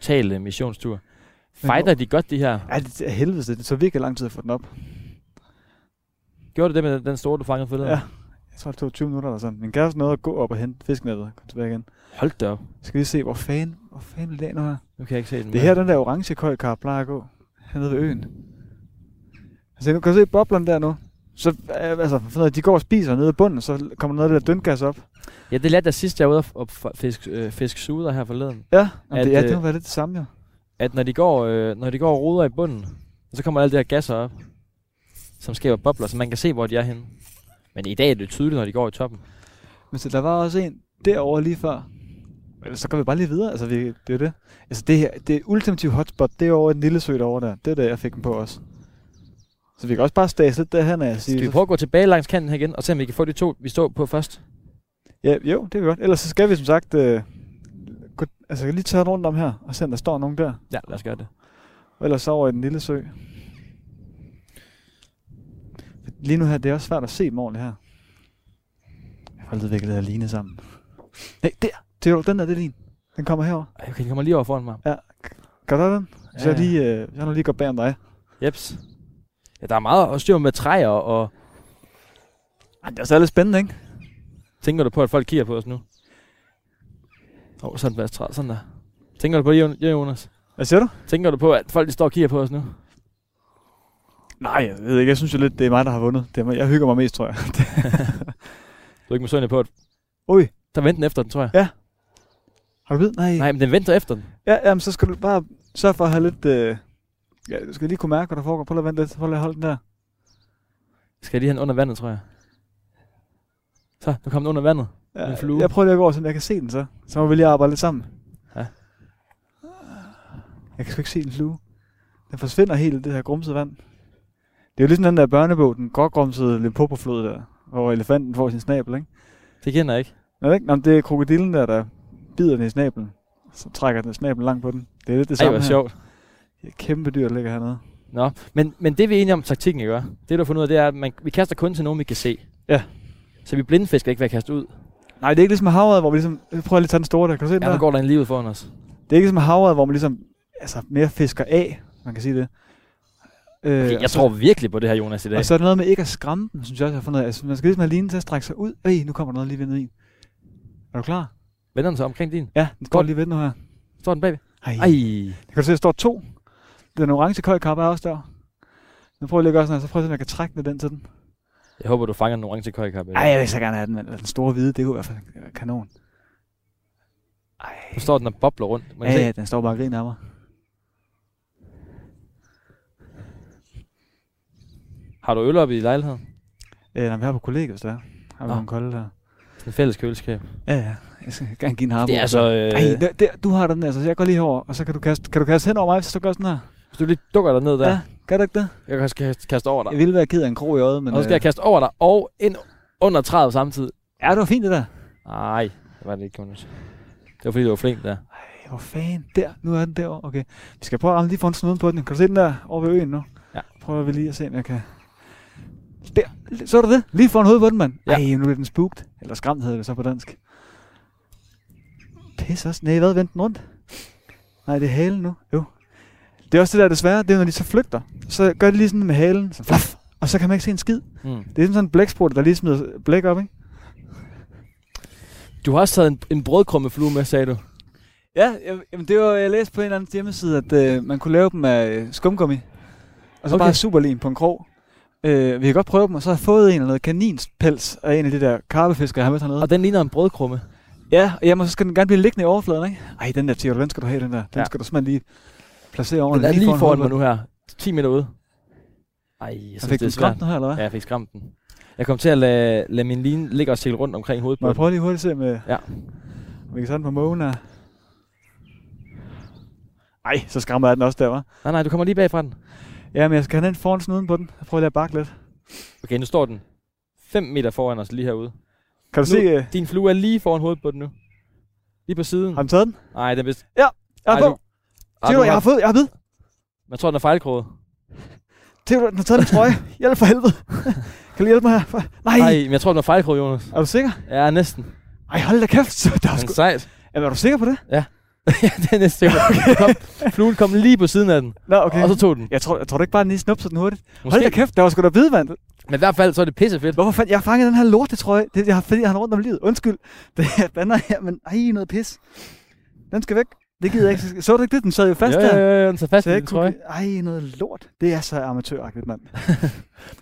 Total øh, missionstur. Fighter de godt, de her?
Ej, det er helvede, det så virkelig lang tid at få den op.
Gjorde du det med den store, du fangede forleden?
Ja. Jeg tror, det tog 20 minutter eller sådan. Min kæreste nåede at gå op og hente fiskenettet. Kom tilbage igen.
Hold da op.
Så skal vi se, hvor fanden, hvor fanden blev det af nu her?
Nu kan jeg ikke se den
Det er her, den der orange køjkar plejer at gå. Hernede ved øen. Altså, nu kan du se boblerne der nu. Så, øh, altså, for noget, de går og spiser nede i bunden, så kommer noget af det der døngas op.
Ja, det lærte jeg sidst, jeg var ude og f- og f- fisk, øh, fisk suder her forleden.
Ja, Jamen,
At,
det, ja,
øh,
det må være lidt det samme jo.
At når de går, øh, når de går og roder i bunden, så kommer alle de her gasser op, som skaber bobler, så man kan se, hvor de er henne. Men i dag er det tydeligt, når de går i toppen.
Men så der var også en derovre lige før. Ellers så går vi bare lige videre. Altså, vi, det er jo det. Altså, det, her, det ultimative hotspot, det er over en lille sø derovre der. Det er der, jeg fik den på også. Så vi kan også bare stage lidt derhen af og
Skal vi
sige...
prøve at gå tilbage langs kanten her igen, og se om vi kan få de to, vi står på først?
Ja, jo, det kan vi godt. Ellers så skal vi som sagt... Øh, gå, altså, lige tørre rundt om her, og se, om der står nogen der.
Ja, lad os gøre det.
Og ellers så over i den lille sø. Lige nu her, det er også svært at se dem ordentligt her. Jeg har altid virkelig at ligne sammen. Nej, der! Det er jo den der, det er din. Den kommer herover.
Ej, Okay, den kommer lige over foran mig.
Gør du den? Ja. Så
Ja.
jeg lige, øh, jeg nu lige går bagom dig.
Jeps. Ja, der er meget at styre med træer, og
Ej, det er så lidt spændende, ikke?
tænker du på, at folk kigger på os nu? Åh, oh, sådan, Bastræd, sådan der. Tænker du på det, Jon- Jonas?
Hvad siger du?
Tænker du på, at folk de står og kigger på os nu?
Nej, jeg ved ikke. Jeg synes jo lidt, det er mig, der har vundet. Det er mig. Jeg hygger mig mest, tror jeg.
Du er ikke misundelig på, at
Ui,
der venter den efter den, tror jeg.
har du vid? Nej.
Nej, men den venter efter den.
Ja, jamen, så skal du bare sørge for at have lidt... Øh... Ja, du skal lige kunne mærke, hvad der foregår. Prøv lige at vente lidt. Prøv lige at holde den der.
Skal jeg lige have den under vandet, tror jeg. Så, nu kom den under vandet. En flue.
Ja, jeg prøver lige at gå over, så jeg kan se den så. Så må vi lige arbejde lidt sammen.
Ja.
Jeg kan sgu ikke se den flue. Den forsvinder helt i det her grumsede vand. Det er jo ligesom den der børnebog, den grågrumsede Limpopo-flod der, hvor elefanten får sin snabel, ikke?
Det kender jeg ikke.
Er det ikke? Nå, men det er krokodillen der, der bider den i snablen. Så trækker den snablen langt på den. Det er lidt det
Ej,
samme
hvor
her.
sjovt.
Det er et kæmpe dyr, der ligger hernede.
Nå, men, men det vi er enige om taktikken, ikke? hva'? Det du har fundet ud af, det er, at man, vi kaster kun til nogen, vi kan se.
Ja.
Så vi blindfisker ikke ved at kaste ud.
Nej, det er ikke ligesom havet, hvor vi ligesom... Jeg prøver lige at tage den store der. Kan du se den
Ja, nu
der?
går der en lige ud foran os.
Det er ikke ligesom havet, hvor man ligesom... Altså, mere fisker af, man kan sige det. Øh,
Okay,
og
jeg
så-
tror virkelig på det her, Jonas, i dag.
Og så er der noget med ikke at skræmme dem, synes jeg også, jeg har fundet ud af. Altså, man skal ligesom have linen til at strække sig ud. Øj, nu kommer der noget lige ved ned i. Er du klar?
Vender den så omkring din?
Ja, den står
Godt.
lige ved nu her.
Står den bagved?
Ej.
Ej,
Kan du se, der står to? Den orange køjkap er også der. Nu prøver jeg lige at gøre sådan her, så prøver jeg, at jeg kan trække lidt den til den.
jeg håber, du fanger den orange køjkappe.
Ej, jeg vil så gerne have den, men den store hvide, det kunne være for- kanon. Ej,
Nu står den og bobler rundt. Man
ja,
kan
ja,
se.
den står bare og griner af mig.
Har du øl op i lejligheden?
Øh, når vi er på kollegiet, så der har vi
Nå.
nogle kolde der.
Sådan en fælles køleskab.
Ja, ja, jeg skal gerne give en harbo.
Det er altså... Øh,
Ej, der, der, du har den der, så jeg går lige herover, og så kan du kaste, kan du kaste hen over mig, hvis du gør sådan her.
hvis du lige dukker dig ned der.
Ja, kan du ikke det?
Jeg kan også kaste- kaste over dig.
Jeg ville være ked af en krog i øjet, men...
Og så skal jeg kaste over dig og ind under 30 samtidig.
Ja, det var fint det der.
Nej, det var det ikke, Jonas. Det var fordi, du var flink der.
Ej, hvor fanden, der, nu er den derovre, okay. Vi skal prøve at ramme lige foran snuden på den, kan du se den der over ved øen nu?
Ja.
Prøver vi lige at se, om jeg kan... Der, så er det det, lige foran hovedet på den, mand.
Ja.
Ja. Ej, nu bliver den spooked, eller skræmt hedder det så på dansk. Pis også, nej, hvad, vend den rundt? Nej, det er halen nu, jo. Det er også det der er det svære, det er når de så flygter, så gør de lige sådan med halen, så flaf, og så kan man ikke se en skid.
Hmm.
Mm.
Det er sådan sådan en blæksprutte, der lige smider blæk op, ikke?
Du har også taget en, en brødkrummeflue med, sagde du.
Ja, jam- jamen det var, jeg læste på en eller anden hjemmeside, at øh, man kunne lave dem af øh, skumgummi. Og så
Okay.
okay. bare superlim på en krog. Øh, vi kan godt prøve dem, og så har jeg fået en eller noget kaninspels af en af de der karpefiskere, jeg har med hernede.
Og den ligner en brødkrumme.
Ja, og jamen, så skal den gerne blive liggende i overfladen, ikke? Ej, den der tiger, den skal du have, den der. Den
Ja.
skal du simpelthen lige placere over
Den er lige foran mig
hovedet.
nu her. 10 meter ude. Ej, jeg
Så
synes,
fik
det er
den
svært.
skræmt nu her, eller hvad?
Ja, jeg fik skræmt den. Jeg kom til at lade, lade min line ligge og stikle rundt omkring hovedet på
Må jeg
den.
prøve lige hurtigt at se med...
Ja.
Om vi kan tage den på mågen her. Ej, så skræmmer jeg den også der, var.
Nej, nej, du kommer lige bag fra den.
Ja, men jeg skal have den foran snuden på den. Jeg prøver lige at bakke lidt.
Okay, nu står den 5 meter foran os lige herude.
Kan du
Nu-
se... Øh,
Din flue er lige foran hovedet på den nu. Lige på siden.
har den taget den?
Nej, den er vist...
Jeg har
Ej,
på.
du- Ej,
Theodor,
du
jeg har fået, jeg har ved.
Man tror, den er fejlkroget.
Theodor, den har taget min
*laughs*
trøje. Hjælp for helvede. kan du lige hjælpe mig her? For- Nej.
Nej,
Ej.
men jeg tror, den er fejlkroget, Jonas.
Er du sikker?
Ja, næsten.
Ej, hold da kæft. Så der er,
Den
sgu...
er sejt. *laughs*
Jamen, er du sikker på det?
ja, det er næsten
*laughs*
sikkert. Kom, fluen kom lige på siden af den,
Nå,
okay. og så tog den.
jeg tror, jeg tror da ikke bare, at den lige snupser den hurtigt. Måske. Hold
Måske.
da kæft, der var sgu da hvidvand.
Men i hvert fald, så er det pissefedt.
Hvorfor fandt jeg har fanget den her lorte trøje? Det, jeg har, fordi jeg har den rundt om livet. Undskyld. *laughs* Det er bander her, men ej, noget pis. Den skal væk. Det gider jeg ikke. Så du ikke det? Den sad jo fast
jo,
der.
jo, jo, jo, den tager fast
Så
i
jeg
den
ikke kunne...
trøje.
Ej, noget lort. Det er så amatøragtigt, mand.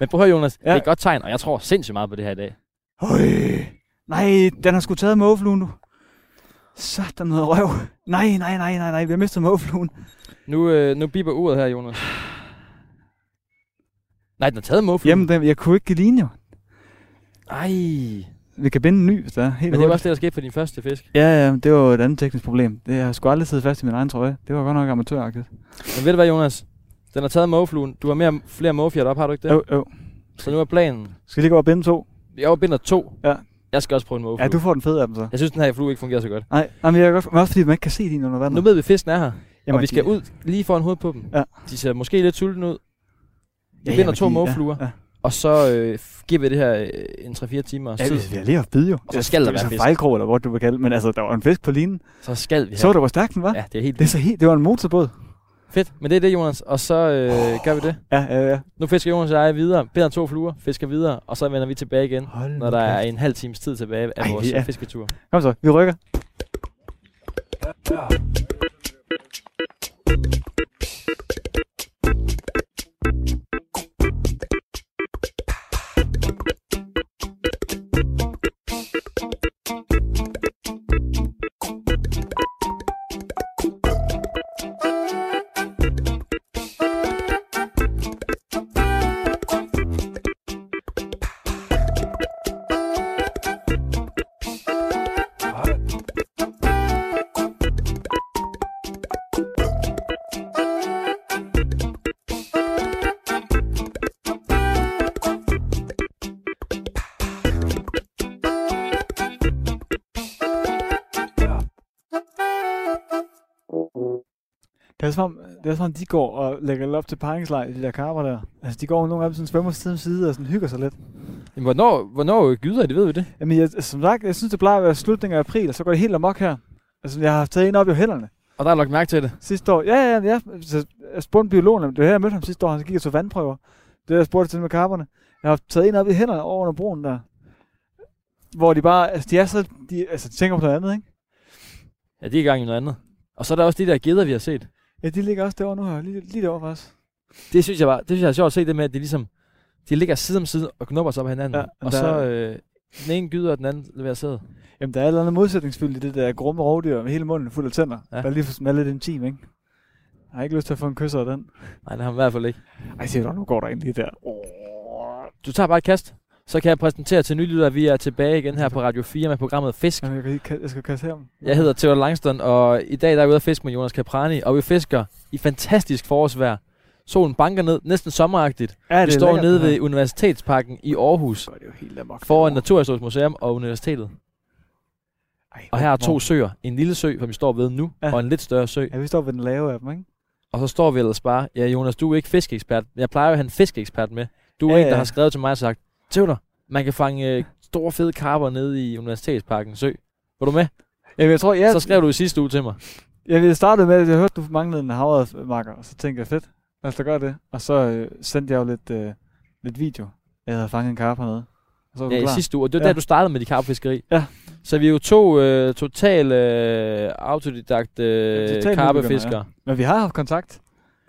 Men prøv at høre, Jonas. Ja. Det er
Ja.
et godt tegn, og jeg tror sindssygt meget på det her i dag.
Høj. Nej, den har sgu taget mågefluen nu. Sådan noget røv. Nej, nej, nej, nej, nej, vi har mistet mågefluen.
Nu, øh, nu biber uret her, Jonas. Nej, den har taget måfuglen.
Jamen, den, jeg kunne ikke give linje.
Ej.
Vi kan binde en ny, hvis der er helt
Men det var
hurtigt.
også det, der skete for din første fisk.
Ja, ja, men det var jo et andet teknisk problem. Det, jeg har sgu aldrig siddet fast i min egen trøje. Det var godt nok amatøragtigt.
Men ved du hvad, Jonas? Den har taget måfluen. Du har mere, flere måfjer op, har du ikke det?
Jo, jo.
Så nu er planen.
Skal vi lige gå og binde to?
Jeg binder to.
Ja.
Jeg skal også prøve en måflue.
Ja, du får den fede af dem så.
Jeg synes, den her flue ikke fungerer så godt.
Nej, nej men jeg er godt, men også fordi man ikke kan se din under vandet.
Nu ved vi, at fisken er her. Jamen, og vi
de-
skal ud lige foran hovedet på dem.
Ja.
De ser måske lidt sultne ud. Vi
Ja,
binder
jamen,
to
de-
mågefluer,
Ja, ja.
og så øh, f- giver vi det her øh, en 3-4 timer
ja
tid.
vi, vi har lige haft bid jo.
Og så skal der
det
være
være
fisk.
fisk. Fejlkrog, eller hvor du vil kalde det. Men altså, der var en fisk på linen.
Så skal vi
Så
have.
du, hvor stærk den var?
Ja, det er helt
Det, er så helt, det var en motorbåd.
fedt. Men det er det, Jonas. Og så øh, oh. gør vi det.
Ja, ja, ja.
Nu fisker Jonas og jeg videre. Binder to fluer, fisker videre, og så vender vi tilbage igen,
Hold
når
nu
der er
kæft.
en halv times tid tilbage af
Ej,
vores
vi er-
øh, fisketur.
Kom så, vi rykker. Det er, som om, det er som om, de går og lægger op til paringslejr, de der karper der. Altså, de går nogle af dem sådan svømmer side om side og sådan hygger sig lidt.
Jamen, hvornår, hvornår gyder det, ved vi det?
Jamen, jeg, som sagt, jeg synes, det plejer at være slutningen af april, og så går det helt amok her. Altså, jeg har taget en op i hænderne.
Og der er lagt mærke til det.
Sidste år, ja, ja, ja. Så jeg spurgte biologen, om det var her, jeg mødte ham sidste år, han gik og tog vandprøver. Det jeg spurgte til med karperne. Jeg har taget en op i hænderne over under broen der. Hvor de bare, altså, de er så, de, altså, de tænker på noget andet, ikke?
Ja, de er i gang i noget andet. Og så er der også de der gedder, vi har set.
Ja, de ligger også derovre nu her, lige, lige derovre for os.
Det synes jeg var, det synes jeg er sjovt at se det med, at de ligesom, de ligger side om side og knupper sig op ad hinanden.
Ja,
Ja, og
der-
så øh, den ene gyder, og den anden leverer sæde.
Jamen, der er et eller andet modsætningsfyldt i det der grumme rovdyr med hele munden fuld af tænder.
Ja.
Ja. Der er lige for sådan er lidt intim, ikke? Jeg har ikke lyst til at få en kysser af den.
Nej, det har han i hvert fald ikke.
Ej, se nu går der ind lige der.
Du tager bare et kast. Så kan jeg præsentere til nylyttere, at vi er tilbage igen her på Radio 4 med programmet Fisk.
Jamen, jeg, kan, ikke- jeg skal kaste ham.
Jeg hedder Theodor Langston, og i dag der er jeg ude at fiske med Jonas Caprani, og vi fisker i fantastisk forårsvejr. Solen banker ned, næsten sommeragtigt.
Ja,
Vi står nede ved Universitetsparken i Aarhus,
Så er det jo helt amok.
foran Naturhistorisk Museum og Universitetet.
Ej,
Og her er
hvor-
to søer. En lille sø, som vi står ved nu,
Ja.
ja. og en lidt større sø.
Ja, vi står ved den lave af dem, ikke?
Og så står vi ellers bare, ja Jonas, du er ikke fiskeekspert. Jeg plejer jo at have en fiskeekspert med. Du er
Ja,
ja, en, der
ja.
har skrevet til mig og sagt, Tøvler, man kan fange øh, store fede karper nede i Universitetsparken Sø. Var du med?
Jamen, jeg tror, ja,
Så skrev du i sidste uge til mig.
jeg, jeg startede med, at jeg hørte, du manglede en havremarker, og så tænkte jeg, fedt, lad os da gøre det. Og så øh, sendte jeg jo lidt, øh, lidt video. Jeg havde fanget en karp hernede. Og så var
Ja,
du
i
klar.
sidste uge. Og det var ja.
Ja.
der, du startede med de karpefiskeri.
Ja.
Så vi er jo to øh, totalt øh, autodidakt øh,
Ja,
ja,
totalt
karpefiskere.
Men vi har haft kontakt.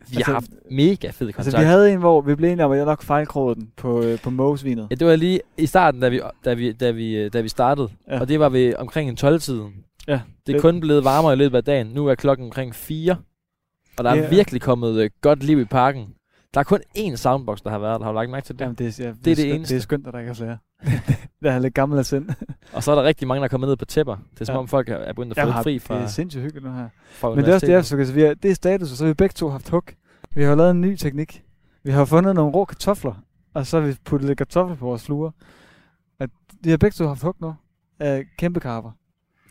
Vi har haft mega fed kontakt.
Altså, vi havde en, hvor vi blev enige om, at jeg nok fejlkrogede den på, øh, på mågesvinet.
Ja, det var lige i starten, da vi, da vi, da vi, øh, da vi startede.
Ja.
Ja. Og det var ved omkring en 12-tiden.
Ja,
Det er
det-
kun blevet varmere i løbet af dagen. Nu er klokken omkring 4. Og der
Det
er
er-
virkelig kommet øh, godt liv i parken. Der er kun én soundbox, der har været. der. Har du lagt mærke til det?
Jamen, det, er, ja, det,
det
skønt, Det
eneste.
er skønt, at der ikke er flere. *laughs* jeg er lidt gammel af sind.
Og så er der rigtig mange, der er kommet ned på tæpper. Det er som
Ja.
om folk er- er begyndt at få
Jamen,
lidt fri fra,
Det er sindssygt hyggeligt nu her.
fra
Men det er også det,
universitetet.
altså, altså, vi har, det er status, og så har vi begge to haft hug. Vi har jo lavet en ny teknik. Vi har fundet nogle rå kartofler, og så har vi puttet lidt kartofler på vores fluer. At vi har begge to haft hug nu af kæmpe karper.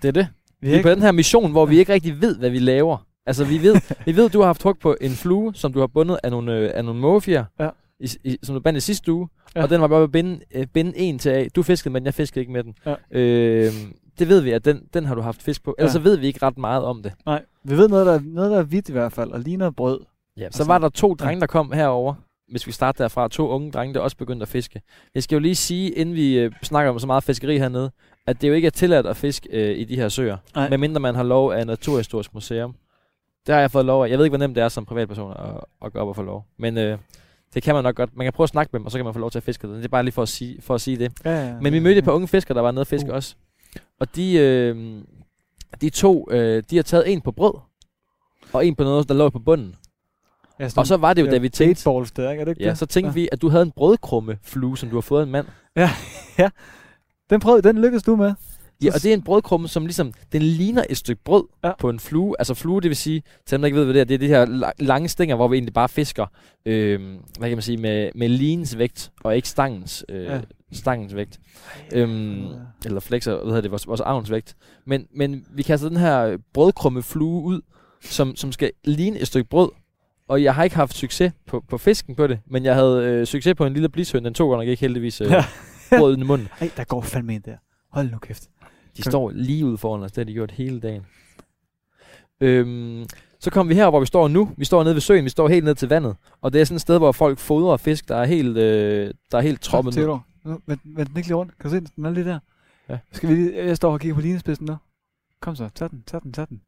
det er det.
Vi
Vi
har
er på
ikke,
den her mission, hvor vi ikke rigtig ved, hvad vi laver. Altså, vi ved, vi ved du har haft hug på en flue, som du har bundet af nogle, øh, af nogle mågefier,
Ja.
i, i, som du bandt i sidste uge.
Ja.
Ja. Og den var bare ved at binde, øh, binde en til af. Du fiskede med den, jeg fiskede ikke med den.
Ja.
Øh, det ved vi, at den, den har du haft fisk på. Ellers
Ja.
så ved vi ikke ret meget om det.
nej, vi ved noget der, er- noget, der er hvidt i hvert fald, og ligner brød.
Ja, så
sådan-
var der to drenge, der kom herover. Hvis vi starter derfra, to unge drenge, der også begyndte at fiske. Jeg skal jo lige sige, inden vi øh, snakker om så meget fiskeri hernede, at det jo ikke er tilladt at fiske øh, i de her søer.
Nej.
*laughs* Medmindre man har lov af Naturhistorisk Museum. Der har jeg fået lov af. Jeg ved ikke, hvor nemt det er som privatperson at, at gå op og få lov. Men øh, det kan man nok godt. Man kan prøve at snakke med dem, og så kan man få lov til at fiske. Det er bare lige for at sige, for at sige det.
Ja, ja,
Men vi mødte et par unge fiskere, der var nede og fiske uh. også. Og de, øh, de to, øh, de har taget en på brød, og en på noget, der lå på bunden.
Ja, sådan
Og så var det jo, da vi tænkte,
Baitballs der, ikke? Er det ikke
ja,
det?
så tænkte vi, at du havde en brødkrumme flue, som du har fået af en mand.
Den prøvede, den lykkedes du med.
Ja, og det er en brødkrumme, som ligesom, den ligner et stykke brød
Ja.
ja. på en flue. Altså flue, det vil sige, til dem, der ikke ved, hvad det er, det er de her la- lange stænger, hvor vi egentlig bare fisker, øh, hvad kan man sige, med, med lines vægt, og ikke stangens, øh,
Ja.
ja. stangens vægt. Øhm,
Ja.
eller flexer, hvad hedder det, vores, vores avnsvægt. Men, men vi kaster den her øh, brødkrumme flue ud, som, som skal ligne et stykke brød. Og jeg har ikke haft succes på, på fisken på det, men jeg havde øh, succes på en lille blishøn. Den tog godt nok ikke heldigvis øh,
Ja.
ja. brødet i munden.
Ej, der går fandme en der. Hold nu kæft.
De står lige ude foran os, det har de gjort hele dagen. Øhm, så kom vi her, hvor vi står nu. Vi står nede ved søen, vi står helt ned til vandet. Og det er sådan et sted, hvor folk fodrer fisk, der er helt, øh, der er helt troppet ned.
Theodor, nu, vent, vent den ikke lige rundt. Kan du se den? Den er lige der.
Ja.
Skal vi lige, jeg står og kigger på linespidsen nu. Kom så, tag den, tag den, tag den.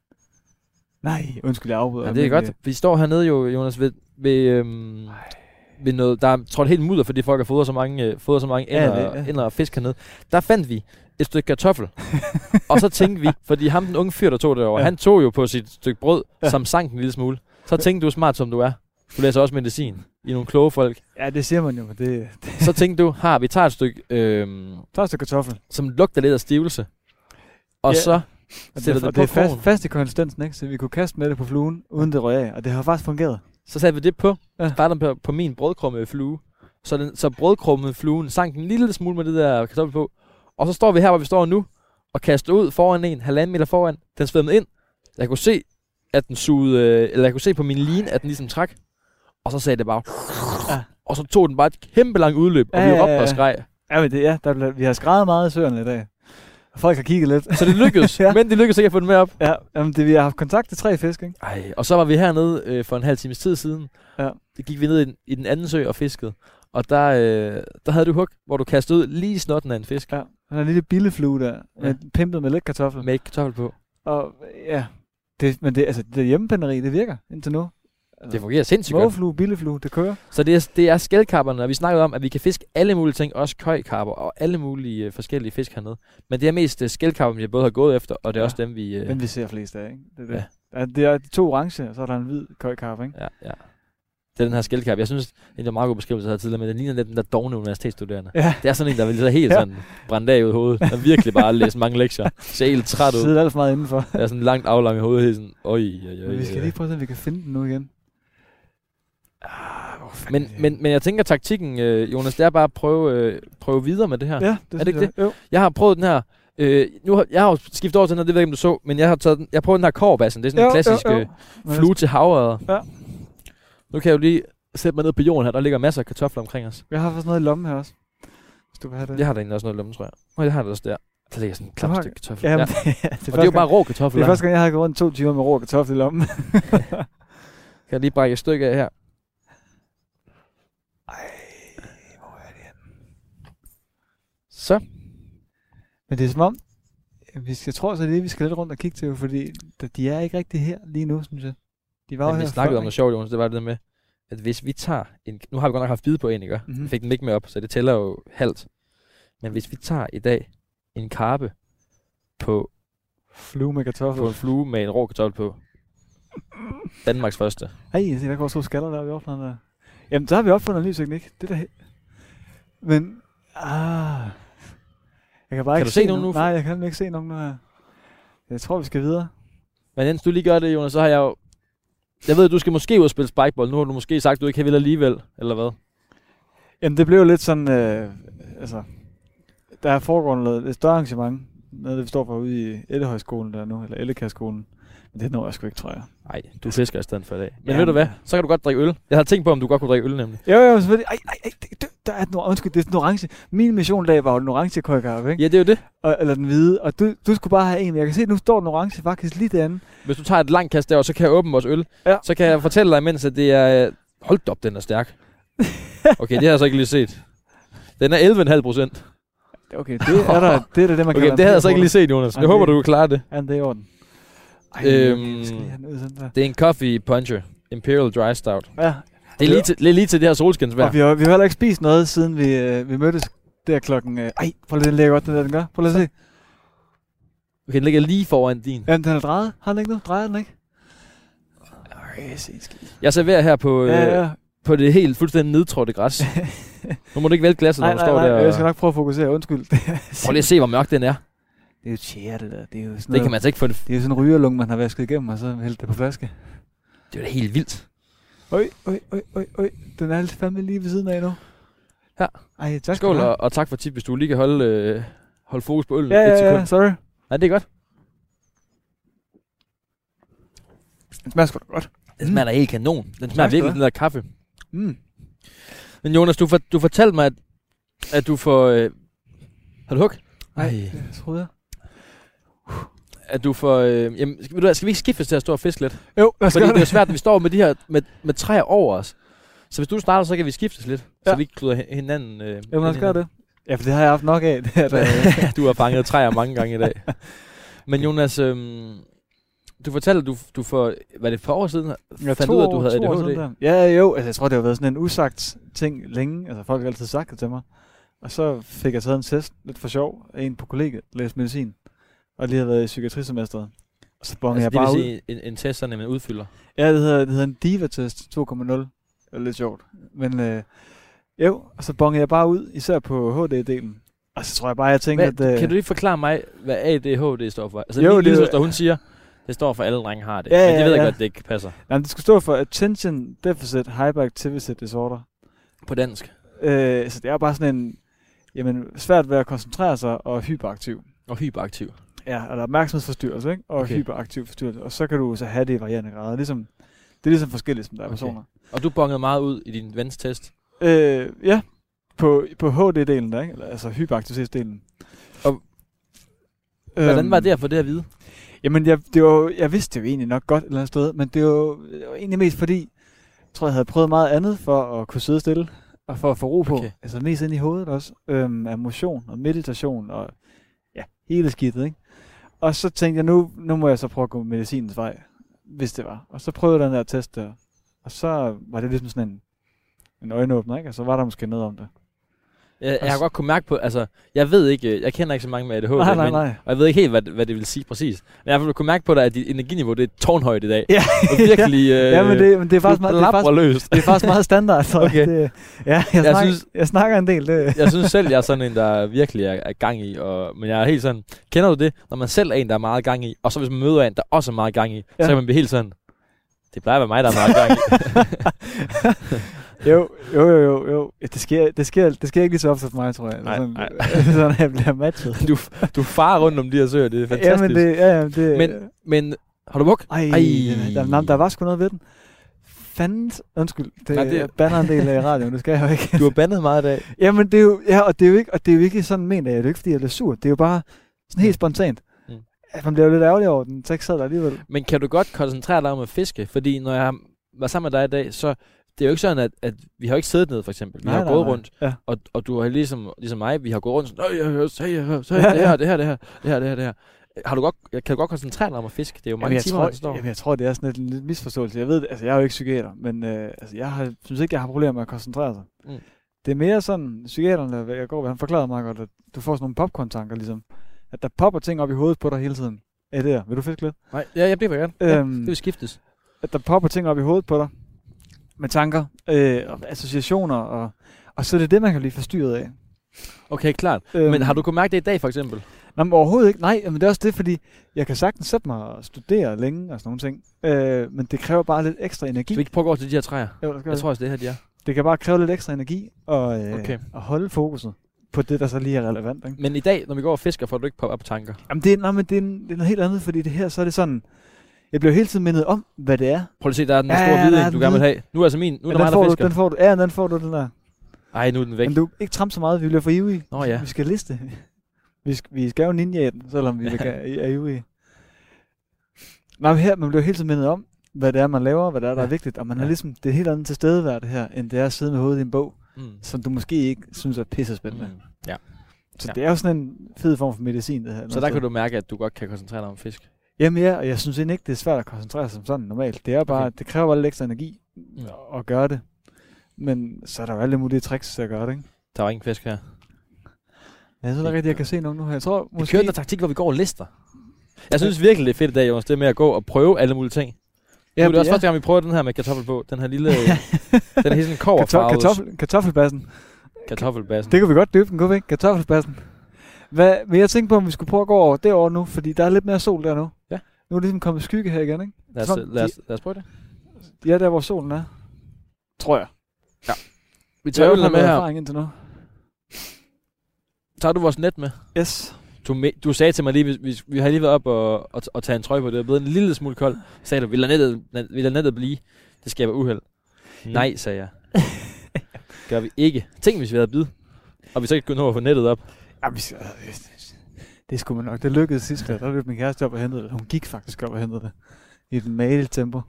Nej, undskyld, jeg afbryder.
Ja, det er
men,
godt.
øh,
Vi står hernede jo, Jonas, ved, ved, øhm, ved noget, der er trådt helt mudder, fordi folk har fodret så mange, øh, fodret så mange
Ja,
ender,
det- ja.
ja, ender og fisk hernede. Der fandt vi et stykke
*laughs*
kartoffel. og så tænkte vi, fordi ham, den unge fyr, der tog det over,
Ja.
ja. han tog jo på sit stykke brød,
Ja.
ja. som sank en lille smule. Så tænkte du, smart som du er, du læser også medicin i nogle kloge folk.
Ja, det siger man jo, men det, det
Så tænkte du, har vi tager et stykke, øhm,
tager et stykke kartoffel.
som lugter lidt af stivelse. Og
Ja.
ja. så
Og
Sætter
det,
det
og det er
på
fast,
krogen.
fast i konsistensen, ikke? Så vi kunne kaste med det på fluen, uden det røg af. Og det har faktisk fungeret.
Så satte vi det på,
Ja.
ja. startede på, på min brødkrumme flue. Så, den, så brødkrumme fluen sank en lille smule med det der kartoffel på. Og så står vi her, hvor vi står nu, og kaster ud foran en, halvanden meter foran. Den svømmede ind. Jeg kunne se, at den sugede, øh, eller jeg kunne se på min line, at den ligesom trak. Og så sagde det bare...
Ja.
Og så tog den bare et kæmpe langt udløb, og vi
Ja, ja,
råbte
ja.
og skreg.
Ja, men det, ja, der, blev- vi har skrevet meget i søerne i dag. Og folk har kigget lidt. *laughs*
Så det lykkedes,
Ja.
ja. men det lykkedes ikke at få den med op.
ja, jamen, det, vi har haft kontakt til tre fisk, ikke?
Ej, og så var vi hernede øh, for en halv times tid siden.
Ja.
Det gik vi ned i, den- i den anden sø og fiskede. Og der, øh, der havde du hug, hvor du kastede ud lige i snotten af en fisk.
Ja. Den der lille billeflue der,
Ja.
med, pimpet med lidt kartoffel.
Med ikke kartoffel på.
Og ja, det, men det, altså, det der hjemmepænderi, det virker indtil nu.
Det fungerer sindssygt godt.
Småflue, billeflue, det kører.
Så det er, det er skældkapperne, og vi snakkede om, at vi kan fiske alle mulige ting, også køjkapper og alle mulige øh, forskellige fisk hernede. Men det er mest øh, skældkapperne, vi både har gået efter, og det er
Ja.
ja. også dem, vi... Øh,
Men vi ser flest af, ikke? Det er, det.
Ja.
Ja, det er de to orange, og så er der en hvid køjkarp, ikke?
ja, ja. Det er den her skældkappe. Jeg synes, det er en meget god beskrivelse, jeg havde tidligere, men den ligner lidt den der dogne universitetsstuderende.
Ja.
Det er sådan en, der vil så helt
Ja.
sådan brænde af ud i hovedet. Der virkelig bare læser mange lektier. Ser helt træt ud.
Sidder alt for meget indenfor.
Jeg er sådan langt aflang i hovedet, helt sådan, oj, oj, oj,
Men vi skal
oj.
lige prøve, at se, om vi kan finde den nu igen. Ah, hvor fanden
Men,
er det?
men, men jeg tænker, taktikken, øh, Jonas, det er bare at prøve, øh, prøve videre med det her. Ja.
Ja, det,
det
synes
ikke
jeg. Jo.
Jeg har prøvet den her Øh, nu har, jeg har jo skiftet over til den her, det ved jeg ikke, om du så, men jeg har taget den, jeg prøver den her korbassen. Det er sådan jo, en klassisk øh, jo, jo.
Men
flue til havøret.
Ja.
Nu kan jeg jo lige sætte mig ned på jorden her, der ligger masser af kartofler omkring os.
Jeg har faktisk noget i lommen her også. Hvis du vil have det.
Jeg har da egentlig også noget i lommen, tror jeg. Og jeg har det også der. Der ligger sådan en klap
har-
stykke kartoffel.
Jamen,
ja.
ja.
Og
det, er
det er
første
jo bare
gang-
rå kartofler.
det er første gang, jeg har gået rundt to timer med rå kartofler i lommen.
Kan jeg lige brække et stykke af her? Så.
Men det er som om, vi skal, jeg tror så det, er det, vi skal lidt rundt og kigge til, fordi der- de er ikke rigtig her lige nu, synes jeg. De var jo
Men
her
vi snakkede
før,
om noget
ikke?
sjovt, Jonas. Det var det der med, at hvis vi tager en... Nu har vi godt nok haft bid på en, ikke?
Mhm.
Mm-hmm. fik den ikke med op, så det tæller jo halvt. Men hvis vi tager i dag en karpe på,
Flue med kartofler.
på en flue med en rå kartoffel på, Danmarks første.
Ej, se, der går to skaller, der har vi opfundet der. Jamen, så har vi opfundet en ny teknik. Det er da... he- Men... Ah... Jeg kan bare
Kan
ikke
du se nogen nu?
Nej, jeg kan nemlig ikke se nogen nu her. Jeg tror, vi skal videre.
Men indtil du lige gør det, Jonas, så har jeg jo... Jeg ved, at du skal måske ud og spille spikeball. Nu har du måske sagt, at du ikke vil alligevel, eller hvad?
Jamen, det blev jo lidt sådan... Øh, altså, der foregår noget, et større arrangement. Noget, af det vi står for ude i Ellehøjskolen der nu, eller Ellekærskolen. Men det når jeg sgu ikke, tror jeg.
Nej, du fisker i stedet for i dag. Men
Jamen,
Jamen, ved du hvad?
ja.
Så kan du godt drikke øl. Jeg havde tænkt på, om du godt kunne drikke øl, nemlig.
Jo, jo, selvfølgelig. Ej, ej, ej, det, det, der er den, or- undskyld, det er den orange. Min missiondag var jo den orange køjkarp, ikke?
Ja, det er jo det.
Og, eller den hvide. Og du, du skulle bare have en, men jeg kan se, at nu står den orange faktisk lige derinde.
Hvis du tager et langt kast derovre, så kan jeg åbne vores øl.
Ja.
Så kan jeg fortælle dig imens, at det er... øh, Hold da op, den er
*laughs*
stærk. Okay, det har jeg så ikke lige set. Den er 11,5 procent.
Okay, det
*laughs*
er der, det er da det, man
Okay,
kalder
det havde jeg så ikke lige set, Jonas.
Ej,
Jeg håber,
det-
du kan klare det.
Ja, det er i orden. Ej,
Øhm.
jeg skal lige have den ud sådan der.
Det er en coffee puncher. Imperial Dry Stout.
Ja,
Det er lige til, lige, lige til det her solskinsvejr.
og vi har, vi har heller ikke spist noget, siden vi, øh, vi mødtes der klokken... Øh, ej, prøv lige at lægge godt, den der, den gør. Prøv lige at se.
Okay, den ligger lige foran din.
Jamen, den er drejet. Har den ikke nu? Drejer den ikke? Ej, se en skid.
Jeg serverer her på, øh,
Ja, ja.
på det helt fuldstændig nedtrådte
*laughs*
græs. nu må du ikke vælte glasset, når
Nej,
du
nej,
står
nej,
der.
jeg skal
Og...
nok prøve at fokusere. Undskyld.
Prøv lige at se, hvor mørk den er.
*laughs* det er jo tjære, det der. Det er jo sådan,
Det kan
noget,
man altså ikke få det.
det er jo sådan en rygerlung, man har vasket igennem, og så hældt det på flaske.
Det er da helt vildt.
Øj, øj, øj, øj, øj. Den er altså fandme lige ved siden af nu.
Ja.
Ej, tak skal
Skål,
du have.
og, og tak for tip, hvis du lige kan holde, øh, holde fokus på øllen
Ja,
et
ja,
sekund.
ja, sorry.
Nej, det er godt.
Den smager sgu da godt.
Den smager da helt kanon. Den smager
skal du
virkelig
have.
den der kaffe.
Mm.
Men Jonas, du, for, du fortalte mig, at, at du får... Øh, har du hug?
Nej,
Ej.
det troede jeg.
At du får... Øh, jamen, skal, ved du, hvad, skal vi ikke skiftes til at stå og fiske lidt?
Jo, lad os
Fordi
gøre
det er jo
det.
svært, at vi står med de her med, med træer over os. Så hvis du starter, så kan vi skiftes lidt. Ja.
Ja.
Så vi ikke kluder hin- hinanden. Øh,
Jo, lad os gøre det. Ja, for det har jeg haft nok af. Det er, der,
*laughs* du har fanget træer mange gange i dag. Men Jonas, øhm, du fortalte, at du, du for, var det for år siden,
Ja,
fandt
*laughs* to
ud af, at
år-
du havde
to år siden
ADHD?
der. Ja, jo. Altså, jeg tror, det har været sådan en usagt ting længe. Altså, folk har altid sagt det til mig. Og så fik jeg taget en test, lidt for sjov, af en på kollegiet, læste medicin. Og lige havde været i psykiatrisemesteret. Og så bongede
Altså,
jeg
det vil
bare ud.
sige, en, en test, sådan en man udfylder.
Ja, det hedder, det hedder en diva-test 2.0. Det er lidt sjovt. Men øh, jo, og så bongede jeg bare ud, især på HD-delen. Og så tror jeg bare, jeg tænkte,
Hvad,
at... øh,
kan du lige forklare mig, hvad ADHD står for? Altså,
Jo,
jo, min
det er
lille
jo-
søster, hun siger, det står for, at alle drenge har det.
Ja,
Men det
ja,
ved jeg
ja.
godt, det ikke passer
Nej, men det skulle stå for Attention Deficit Hyperactivity Disorder.
på dansk.
Øh, så det er bare sådan en, jamen, svært ved at koncentrere sig og hyperaktiv.
Og hyperaktiv.
Ja, eller opmærksomhedsforstyrrelse, ikke? Og
Okay.
okay. hyperaktiv forstyrrelse. Og så kan du så have det i varierende grader. Ligesom, det er ligesom forskelligt, som der er
Okay.
okay. personer.
Og du bongede meget ud i din vens test.
Øh, ja, på, på HD-delen der, ikke? Eller, altså hyperaktivitetsdelen. øhm,
Og- Hvordan var det at få det at vide?
Jamen, jeg, det var, jeg vidste det jo egentlig nok godt et eller andet sted, men det var, det var egentlig mest fordi, jeg tror, jeg havde prøvet meget andet for at kunne sidde stille og for at få ro på.
Okay.
Okay. Altså mest ind i hovedet også, øhm, af motion og meditation og ja, hele skidtet, ikke? Og så tænkte jeg, nu, nu må jeg så prøve at gå medicinens vej, hvis det var. Og så prøvede jeg den der test der, og så var det ligesom sådan en, en øjenåbner, ikke? Og så var der måske noget om det.
Jeg, jeg har
Altså-
godt kunne mærke på, altså, jeg ved ikke, øh, jeg kender ikke så mange med ADHD,
nej, nej,
men,
nej.
og jeg ved ikke helt, hvad, det- hvad det vil sige præcis. Men jeg har i hvert fald kunne mærke på dig, at dit energiniveau, det er tårnhøjt i dag.
Ja.
og virkelig, øh,
*laughs* ja, men det, men det er faktisk meget, det er faktisk,
løst.
det er faktisk meget standard. Så
Okay.
det, ja, jeg,
Jeg
jeg, snakker,
synes-
synes... jeg snakker en del. Det.
jeg synes selv, jeg er sådan en, der virkelig er, er gang i, og, men jeg er helt sådan, kender du det, når man selv er en, der er meget gang i, og så hvis man møder en, der også er meget gang i, ja.
Ja.
så kan man blive helt sådan, det plejer at være mig, der er meget gang i.
*laughs* Jo, jo, jo, jo, jo. Det sker, det, sker, det sker ikke lige så ofte for mig, tror jeg.
Nej,
sådan,
nej.
*laughs* sådan, at jeg bliver matchet.
*laughs* Du, du farer rundt om de her søer, det er fantastisk.
Jamen, det, ja, jamen, det,
Men- Men har du muk?
Ej,
Ej.
den- Der, der, der var sgu noget ved den. Fandens, undskyld, det,
Nej,
Nej,
det-
det jeg banner en del af radioen, det skal jeg jo ikke.
Du har bandet meget i dag.
*laughs* Jamen, det er jo, ja, og det er jo ikke, og det er jo ikke sådan ment af, jer. det er jo ikke, fordi jeg er lidt sur. Det er jo bare sådan helt spontant.
Mm.
At man bliver jo lidt ærgerlig over den, så ikke sad der alligevel.
Men kan du godt koncentrere dig om at fiske? Fordi når jeg var sammen med dig i dag, så det er jo ikke sådan, at, at vi har jo ikke siddet ned, for eksempel. Vi har gået rundt,
Ja.
og, og du har ligesom, ligesom mig, vi har gået rundt sådan, "Øj, øj, øj, sag, øj, sag,
Ja,
det her,
ja.
det her, det her, det her, det her, det her. Har du godt, kan du godt koncentrere dig om at fiske? Det er jo mange
Jamen, jeg,
timer, man
tror,
står.
jamen, jeg tror, det er sådan lidt en lidt misforståelse. Jeg ved, det- altså jeg er jo ikke psykiater, men øh, altså, jeg har, synes ikke, jeg har problemer med at koncentrere sig.
Mm.
Mm. Det er mere sådan, psykiateren, der, jeg går ved, han forklarede mig godt, at du får sådan nogle popcorn-tanker, ligesom. At der popper ting op i hovedet på dig hele tiden. Ja, det der. Vil du fiske lidt?
Nej, ja, jeg bliver gerne. Ja,
Øhm,
det vil skiftes.
at der popper ting op i hovedet på dig med tanker øh, og associationer, og, og så er det det, man kan blive forstyrret af.
Okay, klart.
Øhm,
Men har du kunnet mærke det i dag, for eksempel?
Nej, men overhovedet ikke. Nej, men det er også det, fordi jeg kan sagtens sætte mig og studere længe og sådan nogle ting, øh, men det kræver bare lidt ekstra energi.
Skal vi ikke prøve at gå over til de her træer?
Jo, lad os gøre
Jeg
det.
tror også, det her, de er.
Det kan bare kræve lidt ekstra energi og, øh,
Okay.
okay. at holde fokuset på det, der så lige er relevant. Ikke?
Men i dag, når vi går og fisker, får du ikke poppet op på tanker.
Jamen, det er, nej, men det, er, det er noget helt andet, fordi det her, så er det sådan... Jeg bliver hele tiden mindet om, hvad det er.
Prøv lige at se, der er den
Ja,
store
ja,
hvide,
der er
en, du
den
gerne vil have. Nu er altså min. Nu er der
Men den,
mig, der
får du,
fisker.
den får du. Ja, den får du, den der.
Ej, nu er den væk.
Men du, ikke trampe så meget, vi bliver for ivrige.
Nå ja.
Vi skal liste. Vi skal, vi skal jo ninja den, selvom vi ja. er ivrige. Nej, men her, man bliver hele tiden mindet om, hvad det er, man laver, hvad det er, der
Ja.
er vigtigt. Og man
Ja.
er ligesom, det er helt andet tilstedeværelse her, end det er at sidde med hovedet i en bog,
Mm.
som du måske ikke synes er pissespændende. Mm.
Mm. Ja.
Så
Ja.
det er jo sådan en fed form for medicin, det her. Altså,
Så der kan du mærke, at du godt kan koncentrere dig om fisk.
Jamen ja, og jeg synes egentlig ikke, det er svært at koncentrere sig som sådan normalt. Det er bare,
Okay.
okay. det kræver bare lidt ekstra energi
Mm.
at gøre det. Men så er der jo alle mulige tricks til at gøre det, ikke?
Der var ingen fisk her.
Men Jeg synes ikke rigtig, jeg kan se nogen nu her. Jeg tror
Vi
måske...
kører en taktik, hvor vi går og lister. Jeg synes virkelig, det er fedt i dag, Jonas, det med at gå og prøve alle mulige ting. Ja, nu er det også første gang, vi prøver den her med kartoffel på. Den her *laughs* lille, den er helt sådan
Kartof-
koverfarvet
kartoffel, kartoffelbassen.
Mm. kartoffelbassen.
Det kan vi godt døbe den, kunne vi ikke? Kartoffelbassen. Hvad, men jeg tænkte på, om vi skulle prøve at gå over derover nu, fordi der er lidt mere sol der nu.
Ja.
Nu er det ligesom kommet skygge her igen, ikke?
Lad os,
Som
lad, os, lad os prøve det.
Ja, der hvor solen er. Tror jeg.
Vi
Jeg
tager
har i
ølene
hvert fald
med
med
her.
erfaring indtil nu.
Tager du vores net med?
Yes.
Du, me- du sagde til mig lige, vi, vi, vi har lige været op og, og, t- og tage en trøje på. Det er blevet en lille smule koldt. Så sagde du, vi lader nettet, lad- vi lader nettet blive. Det skaber uheld. Nej, sagde *laughs* jeg. Gør vi ikke. Tænk, hvis vi havde bid. Og vi så ikke kunne nå at få nettet op.
Ja, vi skal, det skulle man nok. Det lykkedes sidste gang. Der løb min kæreste op og hentede det. Hun gik faktisk op og hentede det. I et mail tempo.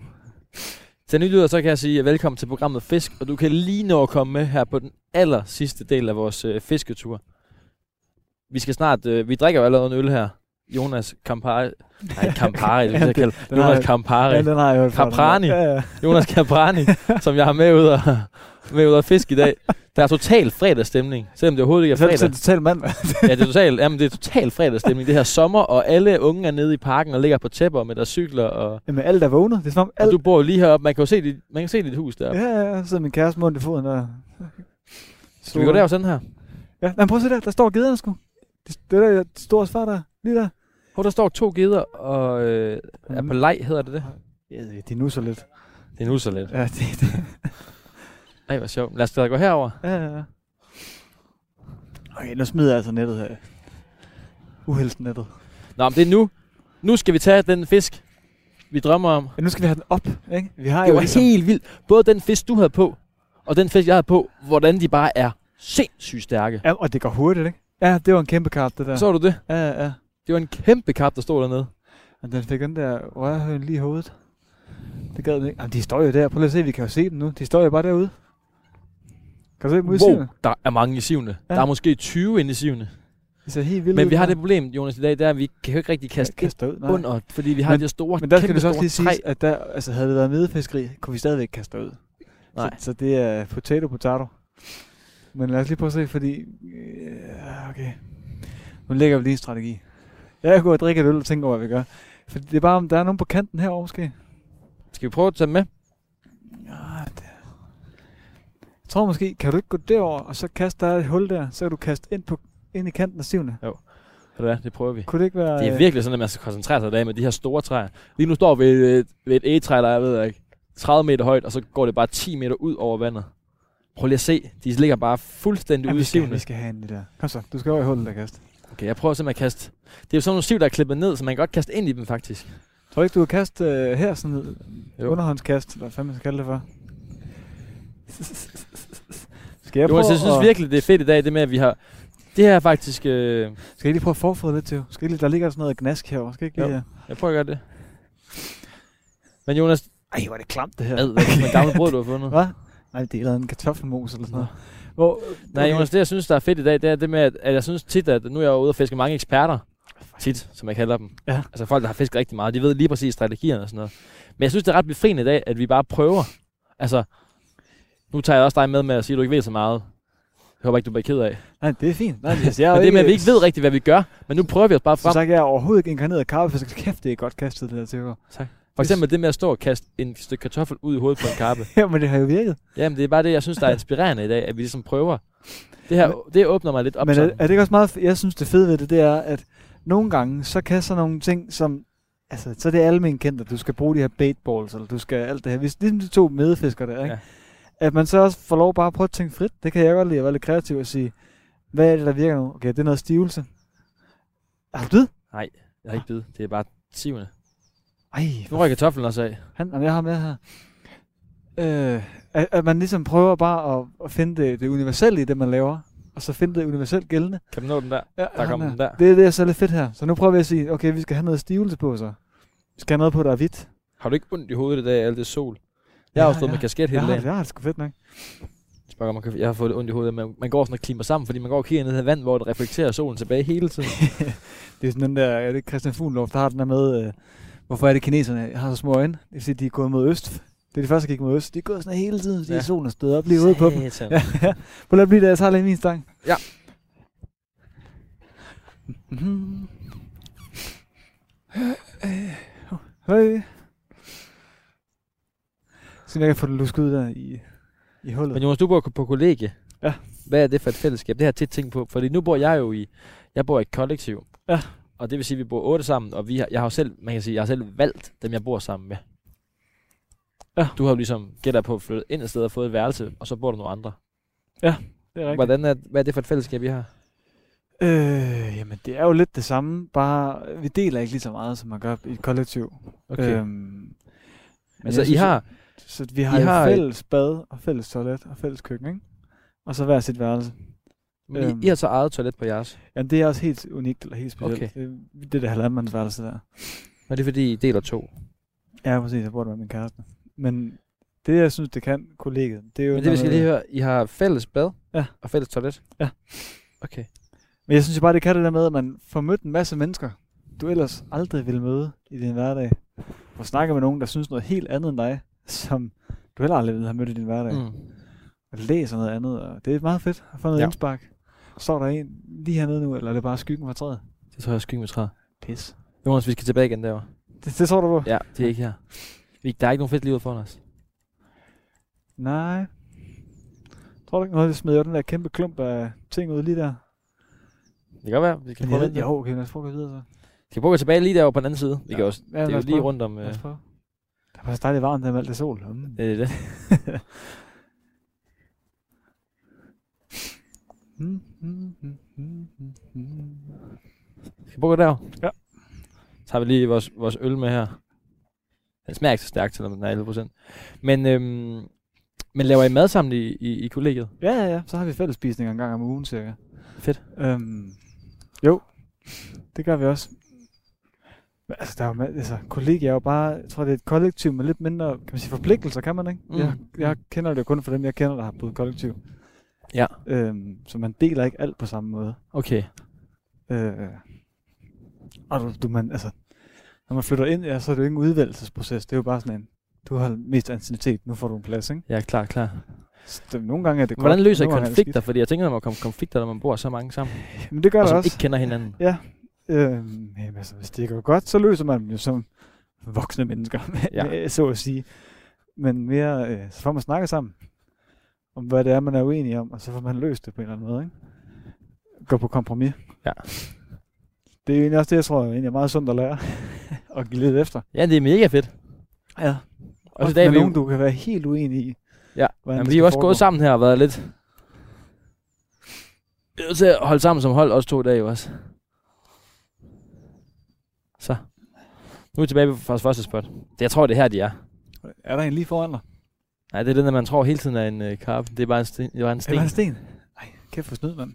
Til nylyder, så kan jeg sige velkommen til programmet Fisk, og du kan lige nå at komme med her på den aller sidste del af vores øh, fisketur. Vi skal snart, øh, vi drikker jo allerede en øl her. Jonas Campari, nej Campari, det vil jeg kalde.
*laughs* Den har
Jonas
jeg-
Campari,
Ja, den har jeg hørt fra.
Caprani.
Ja, ja.
Jonas Caprani,
*laughs*
som jeg har med ud og, med ud og fisk i dag. Der er total fredagsstemning, selvom det overhovedet ikke er
Så er det
fredag.
sådan totalt mand.
Ja, det er total, jamen, det er total fredagsstemning. Det her sommer, og alle unge er nede i parken og ligger på tæpper med deres cykler. Og,
Jamen, alt er vågnet. Det er som om
og
alt...
du bor jo lige heroppe, man kan jo se dit, man kan se dit hus der.
Ja, ja, ja. Så sidder min kæreste med ondt i foden der.
Skal vi gå derover sådan her?
Ja, men prøv at se der. Der står gederne sgu. Det, det er der store svar der. Lige der.
Hvor der står to geder og øh, er på leg, hedder det det?
Ja, de nusser lidt.
Det er nu så lidt.
Ja, det, det.
Ej, hvor sjovt. Lad os da gå herover.
Ja, ja, ja. Okay, nu smider jeg altså nettet her. Uheldsnettet.
Nå, men det er nu. Nu skal vi tage den fisk, vi drømmer om.
Ja, nu skal vi have den op, ikke? Vi har
Det
jo
var
ligesom...
helt vildt. Både den fisk, du havde på, og den fisk, jeg havde på, hvordan de bare er sindssygt stærke.
Ja, og det går hurtigt, ikke? Ja, det var en kæmpe kart, det der.
Så du det?
Ja, ja, ja.
Det var en kæmpe kap, der stod dernede.
Men den fik den der rørhøn lige i hovedet. Det gad den ikke. Jamen, de står jo der. Prøv lige at se, vi kan jo se dem nu. De står jo bare derude. Kan du se dem ude i
Wow,
sivene?
der er mange i sivene.
Ja.
Der er måske 20 inde i sivene.
De ser helt vildt
Men vi har det problem, Jonas, i dag, det er, at vi kan jo ikke rigtig kaste ind
kaste ud. Nej.
under, fordi vi har
Men-
de her store,
Men der skal
kæmpe
det så også
store
lige
træ.
sige, at der, altså, havde det været medefiskeri, kunne vi stadigvæk kaste ud.
Nej.
Så, så det er potato potato. Men lad os lige prøve at se, fordi... Øh, okay. Nu lægger vi lige en strategi. Jeg kunne drikke et øl og tænke over, hvad vi gør. For det er bare, om der er nogen på kanten herovre måske.
Skal vi prøve at tage dem med?
Ja, Ah, det... Jeg tror måske, kan du ikke gå derover og så kaste der er et hul der, så kan du kaste ind, på, ind i kanten af stivene.
Ved du hvad, det prøver vi.
Kunne det ikke være...
Det er
øh,
virkelig sådan, at man skal koncentrere sig i dag med de her store træer. Lige nu står vi ved et, ved et egetræ, der er, jeg ved jeg ikke, 30 meter højt, og så går det bare 10 meter ud over vandet. Prøv lige at se. De ligger bare fuldstændig
Ja,
ude i
vi, skal, vi
sivene.
skal have en i det der. Kom så, du skal over i hullet der, Kast.
Okay, jeg prøver simpelthen at kaste. Det er jo sådan nogle siv, der er klippet ned, så man kan godt kaste ind i dem faktisk.
Tror du ikke, du kan kaste øh, her sådan et
Jo. altså,
underhåndskast? Hvad fanden man skal kalde det for? skal jeg
Jeg,
prøve
Jonas, altså, jeg synes
at-
virkelig, det er fedt i dag, det med, at vi har... Det her er faktisk... Øh,
Skal jeg lige prøve at forfrede lidt til? Skal jeg lige, der ligger sådan noget gnask herovre. Skal jeg ikke
Jo.
lige... øh,
jeg prøver at gøre det. Men Jonas,
Ej, hvor er det klamt det her.
ad, hvad er det for en gammel brød, du
*laughs*
har fundet?
Hvad? Nej, det er lavet en kartoffelmos eller sådan noget. Hvor,
Nej, Jonas, det jeg synes, der er fedt i dag, det er det med, at, at jeg synes tit, at nu er jeg ude og fiske mange eksperter. Tit, som jeg kalder dem.
Ja.
Altså folk, der har fisket rigtig meget, de ved lige præcis strategierne og sådan noget. Men jeg synes, det er ret befriende i dag, at vi bare prøver. Altså, nu tager jeg også dig med med at sige, at du ikke ved så meget. Jeg håber ikke, du bliver ked af.
Nej, det er fint. Nej, altså, jeg er
Men
jo
det med, at vi
ikke Altså,
ikke ved rigtigt, hvad vi gør, men nu prøver vi os bare
Som
frem.
sagt, jeg er overhovedet ikke inkarneret af karpefisk. Kæft, det er godt kastet, det der til. *laughs*
For eksempel det med at stå og kaste en stykke kartoffel ud i hovedet på en karpe.
Ja, men det har jo virket.
Jamen, det er bare det, jeg synes, der er inspirerende i dag, at vi ligesom prøver. Det her, det åbner mig lidt op.
Men er,
sådan.
er, det ikke også meget... f- Jeg synes, det fede ved det, det er, at nogle gange, så kan sådan nogle ting, som... Altså, så er det almen kendt, at du skal bruge de her baitballs, eller du skal alt det her. Hvis ligesom de to medfiskere der, ikke? At man så også får lov bare at prøve at tænke frit. Det kan jeg godt lide at være lidt kreativ og sige, hvad er det, der virker nu? Okay, det er noget stivelse. Har du det?
Jeg har ikke bid, det er bare sivende.
Ej,
Nu røg kartoflen også af.
Han, jamen, jeg har med her. Øh, at, at man ligesom prøver bare at, at finde det, det universelle i det, man laver, og så finde det universelt gældende.
Kan du nå den der?
Ja,
Der kom
ham
den der.
Det er det, jeg så er lidt fedt her. Så nu prøver vi at sige, okay, vi skal have noget stivelse på så. Vi skal have noget på, der er hvidt.
Har du ikke ondt i hovedet i dag af alt det sol? Jeg har
Ja,
jo stået
ja.
med kasket
Jeg
hele
har, det,
dagen.
jeg har det sgu fedt nok.
Spørger, man kan, jeg har fået lidt ondt i hovedet. Man, man går sådan og klimmer sammen, fordi man går og kigger ned i det her vand, hvor det reflekterer solen tilbage hele tiden.
Det er sådan den der, er det ikke Christian Fuglendorf, der har den der med, øh, hvorfor er det kineserne har så små øjne? Det vil sige, de er gået mod øst. Det er de første, der gik mod øst. De er gået sådan her hele tiden, fordi
Ja.
ja. solen er stået op lige ude på dem.
Satan.
Ja, ja. Prøv lige at blive der, jeg tager lige min stang.
Ja.
Mhm. Øh, øh, Høj. Så jeg kan få det lusket ud der i, i hullet.
Men Jonas, du bor på- på kollegie.
Ja.
Hvad er det for et fællesskab? Det har jeg tit tænkt på, fordi nu bor jeg jo i, jeg bor i et kollektiv.
Ja.
Og det vil sige, at vi bor otte sammen, og vi har, jeg har jo selv, man kan sige, jeg har selv valgt dem, jeg bor sammen med.
Ja.
Du har jo ligesom gætter på flyttet ind et sted og fået et værelse, og så bor der nogle andre.
det er rigtigt.
Hvordan er, hvad er det for et fællesskab, I har?
Øh, jamen, det er jo lidt det samme, bare vi deler ikke lige så meget, som man gør i et kollektiv. Øhm, men
altså,
jeg
I
synes,
har,
Så vi har,
I
jo
har et-
fælles bad og fælles toilet og fælles køkken, ikke? Og så hver sit værelse.
Men
Øhm.
I, I har så eget toilet på jeres.
Jamen, det er også helt unikt eller helt specielt.
Okay.
Okay. Det, det er det halvandmandsværelse der.
Og det er fordi, I deler to.
Ja, præcis. Jeg bor der med min kæreste. Men det, jeg synes, det kan kollegiet, det er jo...
Men det vi
noget
skal
med-
lige høre, I har fælles bad
Ja.
og fælles toilet.
Ja.
Okay.
Men jeg synes jo bare, det kan det der med, at man får mødt en masse mennesker, du ellers aldrig vil møde i din hverdag. Og snakke med nogen, der synes noget helt andet end dig, som du heller aldrig ville have mødt i din hverdag. Mm.
Mm.
Og læser noget andet, og det er meget fedt at få noget
Ja.
ja. indspark. Står der en lige hernede nu, eller er det bare skyggen fra træet?
Det tror jeg er skyggen med træet.
Pis.
Jonas, vi skal tilbage igen derovre.
Det, det så du på?
Ja, det er ikke her. Vi, der er ikke nogen fedt liv foran os.
Nej. Tror du ikke, noget, det smider jo den der kæmpe klump af ting ud lige der?
Det kan godt være. Vi kan
Men
prøve,
jeg,
at vente.
ved- jo, okay, lad os prøve at gå videre så.
Skal vi prøve at gå tilbage lige derovre på den anden side? Vi
Ja.
kan også,
Ja,
det
lad
er jo
os
lige
prøve.
rundt om... Øh,
Lad os prøve. Det er faktisk dejligt varmt der med alt det sol. Mm.
det er det.
Mm, mm, mm, mm, mm, mm.
Skal vi prøve at gå derovre?
Ja.
Så har vi lige vores, vores øl med her. Den smager ikke så stærkt, selvom den er 11 procent. Men, øhm, men laver I mad sammen i, i, i kollegiet?
Ja, ja, ja. Så har vi fællesspisninger en gang om ugen cirka.
Fedt.
Øhm, jo, det gør vi også. Men altså, der er jo, ma- altså, kollegier er jo bare, jeg tror, det er et kollektiv med lidt mindre, kan man sige, forpligtelser, kan man ikke?
Mm.
Mm. Jeg, jeg kender det jo kun for dem, jeg kender, der har boet kollektiv.
Ja.
Øhm, så man deler ikke alt på samme måde.
Okay.
Øh, og du, du man, altså, når man flytter ind, ja, så er det jo ikke en udvalgelsesproces. Det er jo bare sådan en, du har mest anciennitet, nu får du en plads, ikke?
Ja, klar, klar.
Så det, nogle gange er det
Hvordan
godt,
løser I
nogle gange er det
konflikter? Fordi jeg tænker, der må komme konflikter, når man bor så mange sammen,
skidt. Men det gør
og
der
som
også.
ikke kender hinanden.
Øhm, jamen, altså, hvis det går godt, så løser man dem jo som voksne mennesker, *laughs*
Ja.
ja. så at sige. Men mere, øh, så får man snakket sammen om, hvad det er, man er uenig om, og så får man løst det på en eller anden måde. Ikke? Gå på kompromis.
Ja.
Det er egentlig også det, jeg tror, er egentlig er meget sundt at lære *laughs* og give lidt efter.
Ja, det er mega fedt.
Ja.
Og
Også
i dag er
med
vi jo-
nogen, du kan være helt uenig i. hvordan
Jamen,
det
vi er
skal
også gået
foregå.
sammen her og været lidt... Vi er nødt til at holde sammen som hold også to dage jo også. Så. Nu er vi tilbage på vores første spot. Det, jeg tror, det er her, de er.
Er der en lige foran dig?
Nej, det er den, der man tror hele tiden er en øh, karpe. Det er bare en sten. Det var en sten.
Eller en sten? Ej, kæft for snyd, mand.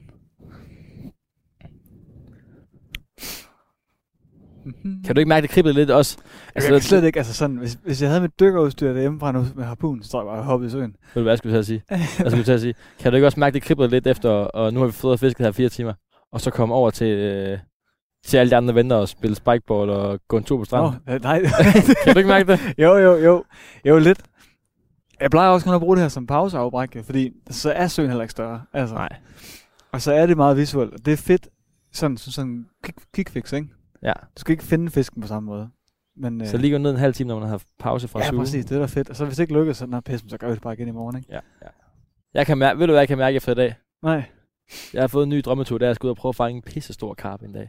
Mhm.
Kan du ikke mærke, det kriblede lidt også?
Altså, jeg kan slet ikke, altså sådan, hvis, hvis jeg havde mit dykkerudstyr derhjemme fra nu med harpun, så tror jeg bare, jeg hoppede i søen.
Ved du hvad, jeg skulle til at sige? Jeg skulle til at sige, kan du ikke også mærke, det kriblede lidt efter, og nu har vi fået og fisket her i fire timer, og så komme over til, øh, til alle de andre venter og spille spikeball og gå en tur på stranden.
Nå, øh, nej.
*laughs* Kan du ikke mærke det?
*laughs* jo, jo, jo. Jo, lidt. Jeg plejer også kun at bruge det her som pauseafbræk, jo, fordi så er søen heller ikke større. Altså.
Nej.
Og så er det meget visuelt, og det er fedt. Sådan, sådan, sådan quick, quick fix, ikke?
Ja.
Du skal ikke finde fisken på samme måde. Men, øh,
Så lige gå ned en halv time, når man har haft pause fra
Ja,
suge.
præcis. Det er da fedt. Og så hvis det ikke lykkes, så, nå, pisse, så gør vi det bare igen i morgen, ikke?
Ja, ja. Jeg kan mærke, ved du hvad jeg kan mærke efter i dag?
Nej.
Jeg har fået en ny drømmetur, der jeg skal ud og prøve at fange en pissestor karp en dag.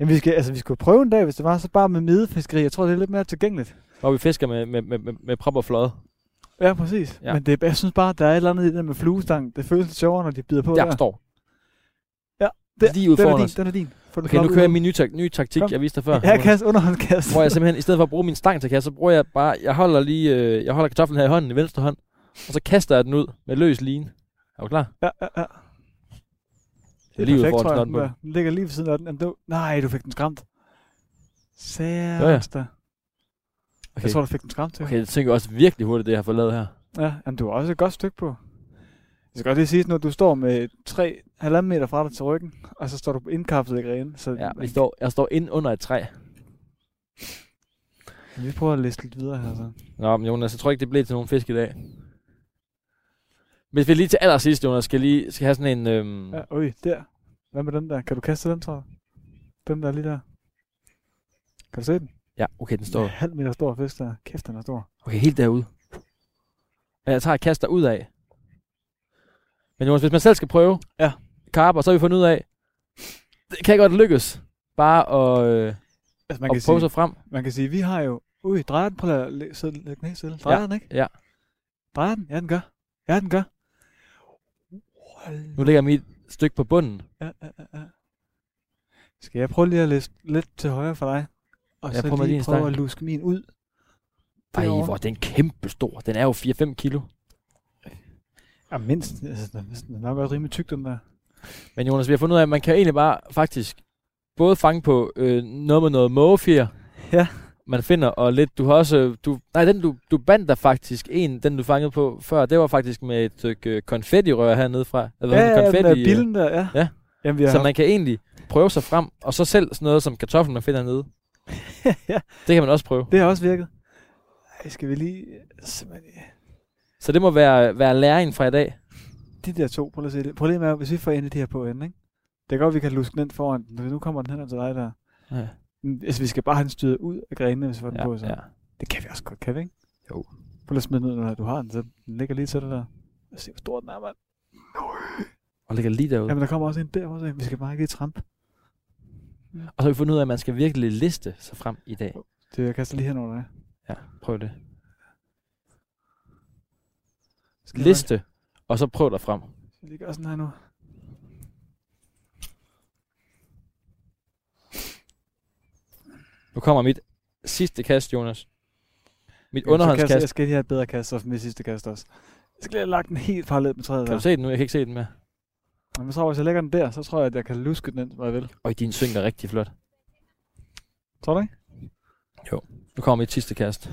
Jamen, vi skal, altså, vi skulle prøve en dag, hvis det var så bare med midefiskeri. Jeg tror, det er lidt mere tilgængeligt.
Hvor vi fisker med, med, med, med, med prop og flod.
Ja, præcis.
Ja.
Ja. Men det, er- jeg synes bare, der er et eller andet i det der med fluestang. Det føles lidt sjovere, når de bider på
Jeg
der.
forstår.
Ja,
det, lige ud
Den er
foran
din,
os.
den er din. Få den
Okay, nu
floppet
kører jeg
ud.
min nye, tak- nye taktik,
Kom.
jeg viste dig før.
Ja, kast, underhåndskast.
hvor jeg simpelthen, i stedet for at bruge min stang til kast, så bruger jeg bare, jeg holder lige, øh, jeg holder kartoflen her i hånden, i venstre hånd, og så kaster jeg den ud med løs line. Er du klar?
Ja, ja, ja.
Det er lige ud
perfekt,
foran
tror jeg,
snotten på.
den der. Den ligger lige ved siden af den. Jamen, du... Nej, du fik den skræmt. Særst
Ja, ja.
da.
Okay.
Jeg tror, du fik den skræmt til.
Okay, jeg tænker også virkelig hurtigt, det jeg har fået lavet her.
Ja, jamen, du har også et godt stykke på. Jeg skal godt lige sige, når du står med 3,5 meter fra dig til ryggen, og så står du indkapslet i grenen. Så
Ja, vi står, jeg står ind under et træ.
vi prøver at læse lidt videre her så.
Nå, men Jonas, jeg tror ikke, det blev til nogen fisk i dag. Hvis vi lige til allersidst, Jonas, skal lige skal have sådan en... Øhm, ja.
Ja, øj, der. Hvad med den der? Kan du kaste den, tror jeg? Den der lige der. Kan du se den?
ja, okay, den
En
står.
halv meter stor fisk der. Kæft, den er stor.
Okay, helt derude. Og jeg tager et kast derud af. Men Jonas, hvis man selv skal prøve
Ja.
karper, så har vi fundet ud af, det kan godt lykkes. Bare at, øh,
Altså,
at prøve sig frem.
Man kan sige, vi har jo... Ui, drejer den? Prøv at læ- sidde, lægge den helt stille. Drejer
Ja,
den, ikke?
ja.
Drejer den? Ja, den gør. Ja, den gør. Hold.
Nu ligger mit stykke på bunden.
Ja, ja, ja, ja. Skal jeg prøve lige at læse lidt til højre for dig? Og
Ja,
så
prøv med
lige
din
prøve
stang.
at luske min ud.
Ej,
Derovre.
hvor er den kæmpe stor. Den er jo 4-5 kilo.
Ja, mindst. Altså, den er- den er nok også rimelig tyk, den der.
Men Jonas, vi har fundet ud af, at man kan egentlig bare faktisk både fange på øh, noget med noget mågefjer,
Ja.
man finder, og lidt, du har også, øh, du, nej, den du, du bandt der faktisk en, den du fangede på før, det var faktisk med et stykke øh, konfettirør hernede fra. Eller
ja, ja, den der
konfetti, øh,
billen der, ja.
ja.
Jamen, vi har
Så man kan egentlig prøve sig frem, og så selv sådan noget som kartoflen, man finder nede.
*laughs* Ja.
Det kan man også prøve.
Det har også virket. Ej, skal vi lige... simpelthen-
Så det må være, være læringen fra i dag.
De der to, prøv lige at se det. Problemet er, hvis vi får en af de her på enden, ikke? Det er godt, vi kan luske den ind foran den. Nu kommer den hen til dig der.
Ja.
Men, Altså, vi skal bare have den styret ud af grenene, hvis vi får den på. Så.
ja.
Det kan vi også godt, kan vi ikke?
Jo.
Prøv lige at smide den ud, når du har den. Så den ligger lige til det der. Lad os se, hvor stor den er, mand.
Og ligger lige derude.
Jamen, der kommer også en der. prøv at se. Vi skal bare ikke lige trampe.
Og så har vi fundet ud af, at man skal virkelig liste sig frem i dag.
Det jeg kaster lige hen under dig.
Ja, prøv det.
Skal Jeg
Liste, og så prøv dig frem.
nok- skal jeg lige gøre sådan her nu.
Nu kommer mit sidste kast, Jonas. Mit
Jamen, så kaster-
underhåndskast.
Jeg skal lige have et bedre kast, og mit sidste kast også. Jeg skal lige have lagt den helt parallelt med træet
Kan
der.
du se den nu? Jeg kan ikke se den mere.
Jamen, jeg tror, hvis jeg lægger den der, så tror jeg, at jeg kan luske den ind, hvor jeg vil.
Og din syng er rigtig flot.
Tror du ikke?
Nu kommer mit sidste kast.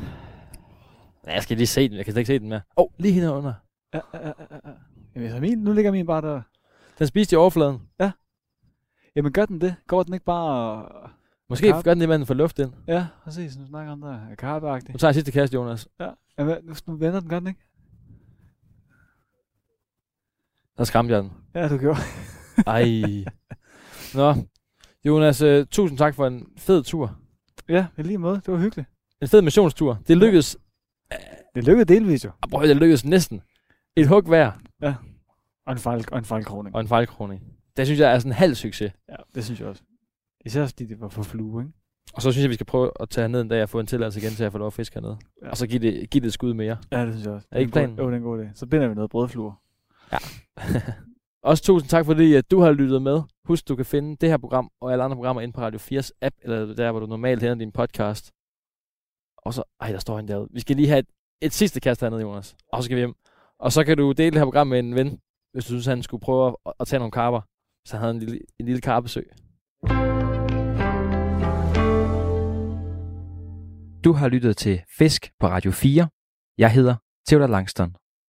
Nej, jeg skal lige se den. Jeg kan slet ikke se den mere. Åh, oh, lige hende under.
Ja, ja, ja, ja, ja. Jamen, så min, nu ligger min bare der.
Den spiste i overfladen.
Jamen, gør den det? Går den ikke bare... og-
Måske
Karp.
gør den det, man får luft ind.
Ja, præcis. Nu snakker om der. Karpeagtig.
Nu tager jeg sidste kast, Jonas.
Ja. Jamen, nu, nu vender den, gør den ikke?
Der skræmte jeg den.
Ja, du gjorde. *laughs*
Ej. Nå. Jonas, øh, tusind tak for en fed tur.
Ja, i lige måde. Det var hyggeligt.
En fed missionstur. Det lykkedes
Det lykkedes delvis jo.
Ah, Prøv at høre, det lykkedes næsten. Et hug hver
Og en fejl, og en fejlkroning.
og en fejlkroning. Det synes jeg er sådan en halv succes.
Ja, det synes jeg også. Især fordi det var for flue, ikke?
Og så synes jeg, vi skal prøve at tage ned en dag og få en tilladelse igen til at få lov at fiske hernede.
Ja.
Ja. Og så give det, give det et skud mere.
Ja, det synes jeg også.
Er ikke
Det en god-
planen?
Jo, det er en god idé. Så binder vi noget brødfluer.
Også tusind tak fordi, at du har lyttet med. Husk, du kan finde det her program og alle andre programmer inde på Radio 4's app, eller der, hvor du normalt henter din podcast. Og så, ej, der står en derude. Vi skal lige have et, et sidste kast hernede, Jonas. Og så skal vi hjem. Og så kan du dele det her program med en ven, hvis du synes, han skulle prøve at, at tage nogle karper. Så han havde en lille, en lille karpesø.
Du har lyttet til Fisk på Radio 4. Jeg hedder Theodor Langston.